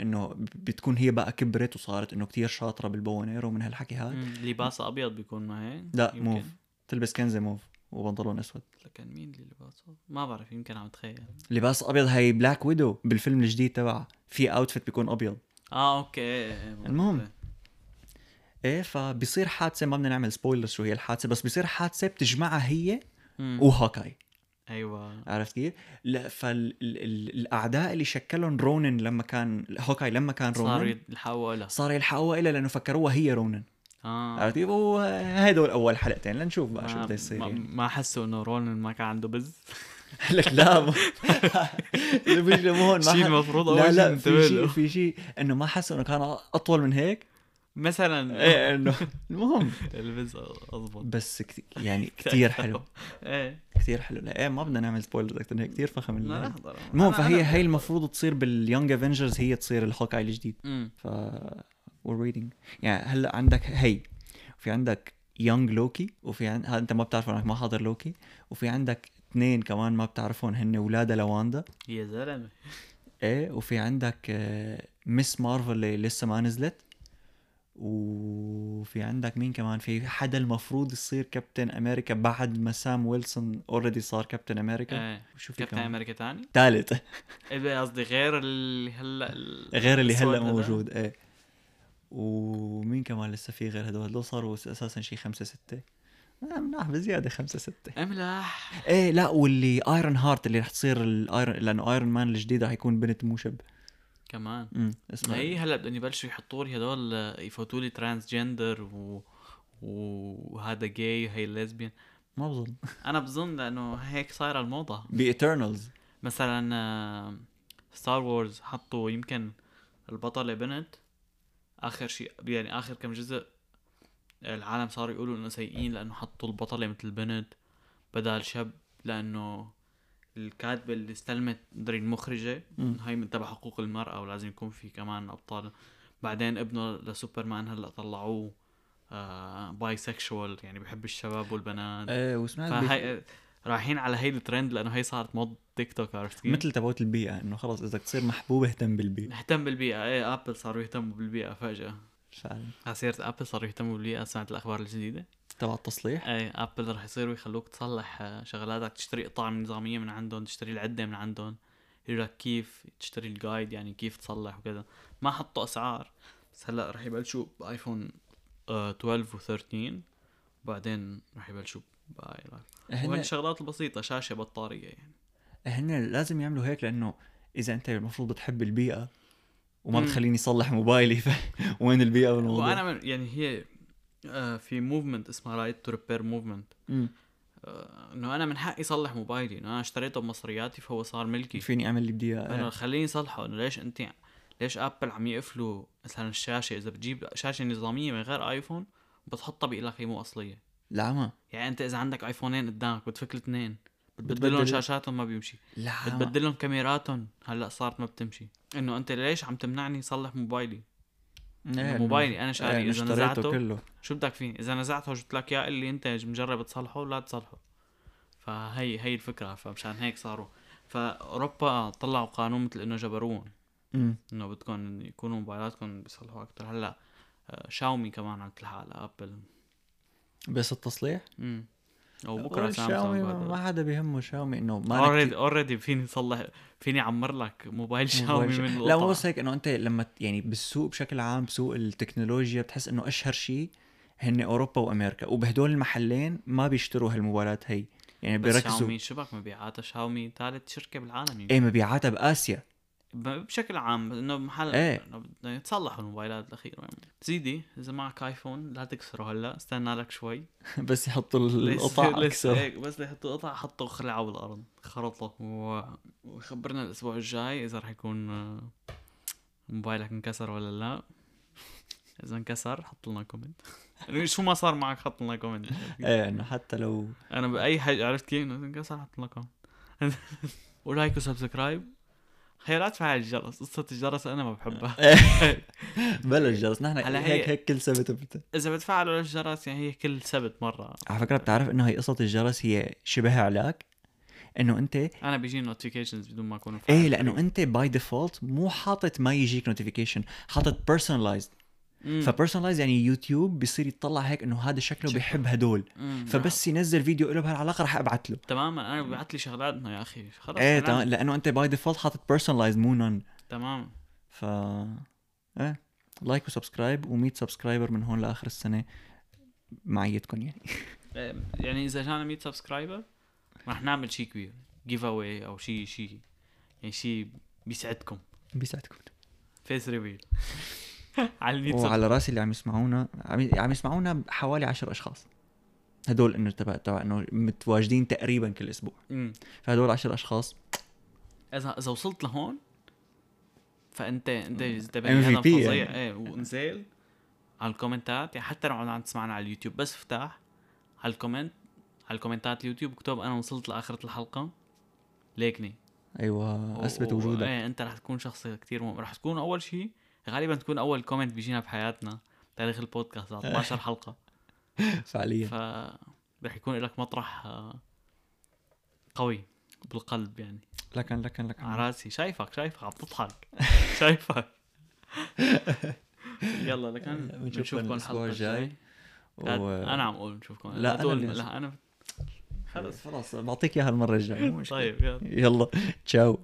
Speaker 1: انه بتكون هي بقى كبرت وصارت انه كتير شاطره بالبوانير ومن هالحكي هذا
Speaker 2: مم، لباسها ابيض بيكون ما هيك
Speaker 1: لا
Speaker 2: يمكن.
Speaker 1: موف تلبس كنزه موف وبنطلون اسود
Speaker 2: لكن مين اللي لباسه ما بعرف يمكن عم تخيل
Speaker 1: لباس ابيض هي بلاك ويدو بالفيلم الجديد تبعها في اوتفيت بيكون ابيض
Speaker 2: اه اوكي إيه، إيه، ممكن.
Speaker 1: المهم. ايه فبصير حادثه ما بدنا نعمل سبويلرز شو هي الحادثه بس بصير حادثه بتجمعها هي
Speaker 2: مم.
Speaker 1: وهاكاي
Speaker 2: ايوه
Speaker 1: عرفت كيف؟ لا فالاعداء اللي شكلهم رونن لما كان هوكاي لما كان
Speaker 2: صار
Speaker 1: رونن
Speaker 2: يتحولها
Speaker 1: صار يلحقوها إلا لانه فكروها هي رونن
Speaker 2: اه
Speaker 1: عرفت كيف؟ وهدول اول حلقتين لنشوف بقى شو
Speaker 2: ما-
Speaker 1: بده يصير
Speaker 2: ما,
Speaker 1: يعني.
Speaker 2: ما حسوا انه رونن ما كان عنده بز
Speaker 1: لك لا ما- اللي بيجي هون ما
Speaker 2: شيء
Speaker 1: حد-
Speaker 2: المفروض اول
Speaker 1: لا
Speaker 2: شيء
Speaker 1: لا
Speaker 2: ننتبه
Speaker 1: في شيء
Speaker 2: له
Speaker 1: في شيء انه ما حسوا انه كان اطول من هيك
Speaker 2: مثلا
Speaker 1: ايه انه المهم
Speaker 2: البز اضبط
Speaker 1: بس كت... يعني كثير حلو
Speaker 2: ايه
Speaker 1: كثير حلو لا ايه ما بدنا نعمل سبويلرز اكثر من هيك كثير فخم
Speaker 2: لا
Speaker 1: ال-
Speaker 2: احضر
Speaker 1: المهم فهي هي المفروض تصير باليونج افنجرز هي تصير الهوكاي الجديد
Speaker 2: امم
Speaker 1: ف آه، we're reading يعني هلا عندك هي وفي عندك يونج لوكي وفي عند... هذا انت ما بتعرفه انك ما حاضر لوكي وفي عندك اثنين كمان ما بتعرفهم هن ولادها لواندا
Speaker 2: يا زلمه
Speaker 1: ايه وفي عندك آه، مس مارفل اللي لسه ما نزلت وفي عندك مين كمان في حدا المفروض يصير كابتن امريكا بعد ما سام ويلسون اوريدي صار كابتن امريكا
Speaker 2: ايه
Speaker 1: وشو في
Speaker 2: كابتن
Speaker 1: كمان
Speaker 2: امريكا ثاني
Speaker 1: ثالث
Speaker 2: قصدي غير اللي هلا ال-
Speaker 1: غير اللي
Speaker 2: الأسود
Speaker 1: هلا
Speaker 2: هذا.
Speaker 1: موجود ايه ومين كمان لسه في غير هدول هدول صاروا اساسا شي خمسة ستة آه، مناح بزيادة خمسة ستة
Speaker 2: املاح
Speaker 1: ايه لا واللي ايرون هارت اللي رح تصير الايرون لانه ايرون مان الجديد رح يكون بنت مو شب
Speaker 2: كمان
Speaker 1: امم
Speaker 2: ما هي
Speaker 1: اسمها
Speaker 2: هلا بدهم يبلشوا يحطوا لي هدول آه، يفوتوا لي ترانس جندر و... وهذا جاي وهي ليزبيان
Speaker 1: ما بظن
Speaker 2: انا بظن لانه هيك صايره الموضه
Speaker 1: بإترنالز
Speaker 2: مثلا ستار وورز آه، حطوا يمكن البطله بنت اخر شيء يعني اخر كم جزء العالم صاروا يقولوا انه سيئين لانه حطوا البطله مثل بنت بدل شاب لانه الكاتبه اللي استلمت مدري المخرجه
Speaker 1: مم.
Speaker 2: هاي من تبع حقوق المراه ولازم يكون في كمان ابطال بعدين ابنه لسوبرمان هلا طلعوه آه باي سكشوال يعني بحب الشباب والبنات
Speaker 1: ايه وسمعت بي-
Speaker 2: فهي رايحين على هي الترند لانه هي صارت موضه تيك توك عرفت كيف؟
Speaker 1: مثل تبوت البيئة انه خلص اذا تصير محبوب اهتم بالبيئة
Speaker 2: نهتم بالبيئه ايه ابل صاروا يهتموا بالبيئه فجاه
Speaker 1: فعلا
Speaker 2: على سيره ابل صاروا يهتموا بالبيئه سمعت الاخبار الجديده
Speaker 1: تبع التصليح
Speaker 2: ايه ابل رح يصيروا يخلوك تصلح آه، شغلاتك تشتري قطع من نظاميه من عندهم تشتري العده من عندهم يقول لك كيف تشتري الجايد يعني كيف تصلح وكذا ما حطوا اسعار بس هلا رح يبلشوا بايفون آه، 12 و13 وبعدين رح يبلشوا بايفون وهي
Speaker 1: هن
Speaker 2: الشغلات البسيطه شاشه بطاريه يعني
Speaker 1: هن لازم يعملوا هيك لانه اذا انت المفروض بتحب البيئة وما
Speaker 2: مم.
Speaker 1: بتخليني اصلح موبايلي ف... وين البيئة بالموضوع
Speaker 2: وانا من يعني هي آه، في موفمنت اسمها رايت تو ريبير موفمنت
Speaker 1: مم.
Speaker 2: انه انا آه، من حقي صلح موبايلي انه انا اشتريته بمصرياتي فهو صار ملكي
Speaker 1: فيني اعمل اللي بدي
Speaker 2: انه
Speaker 1: اياه
Speaker 2: خليني صلحه انه ليش انت ليش ابل عم يقفلوا مثلا الشاشه اذا بتجيب شاشه نظاميه من غير ايفون بتحطها بيقول لك هي مو اصليه
Speaker 1: لعمة
Speaker 2: يعني انت اذا عندك ايفونين قدامك بتفك الاثنين بتبدلهم
Speaker 1: بتبدل- آه.
Speaker 2: شاشاتهم ما بيمشي
Speaker 1: لعمة
Speaker 2: بتبدلهم كاميراتهم هلا صارت ما بتمشي انه انت ليش عم تمنعني صلح موبايلي
Speaker 1: إيه، إنه-
Speaker 2: موبايلي انا
Speaker 1: إيه،
Speaker 2: شاري
Speaker 1: إنه
Speaker 2: اذا
Speaker 1: اشتريته
Speaker 2: نزعته
Speaker 1: كله
Speaker 2: شو بدك فيه؟ إذا نزعته وجبت لك إياه اللي أنت مجرب تصلحه ولا تصلحه. فهي هي الفكرة فمشان هيك صاروا فأوروبا طلعوا قانون مثل إنه جبروهم
Speaker 1: مم.
Speaker 2: إنه بدكم يكونوا موبايلاتكم بيصلحوا أكتر هلا آه، شاومي كمان عم تلحق على أبل
Speaker 1: بس التصليح
Speaker 2: امم أو بكرة
Speaker 1: أول شاومي ما-
Speaker 2: سامسونج
Speaker 1: ما حدا بيهمه شاومي انه ما أنا
Speaker 2: اوريدي اوريدي فيني صلح فيني اعمر لك موبايل
Speaker 1: كتير-
Speaker 2: شاومي من
Speaker 1: لا مو
Speaker 2: القطع
Speaker 1: بس هيك انه انت لما ت- يعني بالسوق بشكل عام بسوق التكنولوجيا بتحس انه اشهر شيء هن اوروبا وامريكا وبهدول المحلين ما بيشتروا هالموبايلات هي يعني
Speaker 2: بس
Speaker 1: بيركزوا
Speaker 2: شاومي شبك مبيعاتها شاومي ثالث شركة بالعالم يمكن
Speaker 1: ايه مبيعاتها باسيا
Speaker 2: ب- بشكل عام انه محل
Speaker 1: إيه.
Speaker 2: انه بدنا يتصلحوا الموبايلات الاخيره يعني. سيدي اذا معك ايفون لا تكسره هلا استنى لك شوي
Speaker 1: بس يحطوا
Speaker 2: ليس-
Speaker 1: القطع
Speaker 2: ليس
Speaker 1: اكثر
Speaker 2: هيك بس ليحطوا قطع حطوا خلعه بالارض خرطه و... وخبرنا الاسبوع الجاي اذا رح يكون آه، موبايلك انكسر ولا لا اذا انكسر حط لنا كومنت شو ما صار معك حط لنا كومنت
Speaker 1: ايه انه حتى لو
Speaker 2: انا باي حاجه عرفت كيف انه انكسر حط لكم ولايك وسبسكرايب خير لا تفعل الجرس قصه الجرس انا ما بحبها
Speaker 1: بلا الجرس نحن
Speaker 2: هلا
Speaker 1: هيك
Speaker 2: هي-
Speaker 1: هيك كل سبت بت...
Speaker 2: اذا بتفعلوا الجرس يعني هي كل سبت مره
Speaker 1: على فكره بتعرف انه هي قصه الجرس هي شبه علاج انه انت
Speaker 2: انا بيجيني نوتيفيكيشنز بدون ما اكون مفعل.
Speaker 1: ايه لانه انت باي ديفولت مو حاطط ما يجيك نوتيفيكيشن حاطط بيرسونلايزد
Speaker 2: مم.
Speaker 1: فبيرسونلايز يعني يوتيوب بيصير يطلع هيك انه هذا شكله بحب هدول
Speaker 2: مم.
Speaker 1: فبس ينزل فيديو له بهالعلاقه رح ابعت له
Speaker 2: تماما انا ببعث لي شغلات انه يا اخي خلص
Speaker 1: ايه
Speaker 2: حرام.
Speaker 1: تمام لانه انت باي ديفولت حاطط بيرسونلايز مو نون
Speaker 2: تمام
Speaker 1: ف ايه لايك وسبسكرايب و100 سبسكرايبر من هون لاخر السنه معيتكم يعني
Speaker 2: إيه، يعني اذا جانا 100 سبسكرايبر رح نعمل شيء كبير جيف اواي او شيء شيء يعني شيء بيسعدكم
Speaker 1: بيساعدكم
Speaker 2: فيس ريفيل على ال 100 سبسكرايبر
Speaker 1: وعلى راسي اللي عم يسمعونا عم عم يسمعونا حوالي 10 اشخاص هدول انه تبع تبع انه متواجدين تقريبا كل اسبوع
Speaker 2: مم.
Speaker 1: فهدول 10 اشخاص
Speaker 2: اذا اذا وصلت لهون فانت انت
Speaker 1: MVP
Speaker 2: انت بني ادم فظيع
Speaker 1: يعني.
Speaker 2: ايه وانزل على الكومنتات يعني حتى لو عم تسمعنا على اليوتيوب بس افتح على الكومنت على الكومنتات اليوتيوب اكتب انا وصلت لاخرة الحلقة ليكني
Speaker 1: ايوه اثبت وجودك
Speaker 2: ايه انت رح تكون شخص كتير مهم رح تكون اول شيء غالبا تكون اول كومنت بيجينا بحياتنا تاريخ البودكاست
Speaker 1: آه.
Speaker 2: 13 حلقة
Speaker 1: فعليا
Speaker 2: ف رح يكون لك مطرح آه، قوي بالقلب يعني
Speaker 1: لكن لكن
Speaker 2: على
Speaker 1: لكن
Speaker 2: راسي شايفك شايفك عم تضحك شايفك يلا لكن
Speaker 1: آه، بنشوفكم
Speaker 2: بنشوفكم
Speaker 1: الأسبوع
Speaker 2: الحلقه
Speaker 1: الجاي.
Speaker 2: الجاي
Speaker 1: و-
Speaker 2: انا عم اقول نشوفكم
Speaker 1: لا، أنا
Speaker 2: تقول-
Speaker 1: اللي
Speaker 2: لا انا خلص
Speaker 1: خلاص بعطيك اياها المره الجايه مو مشكلة.
Speaker 2: طيب يلا
Speaker 1: يلا تشاو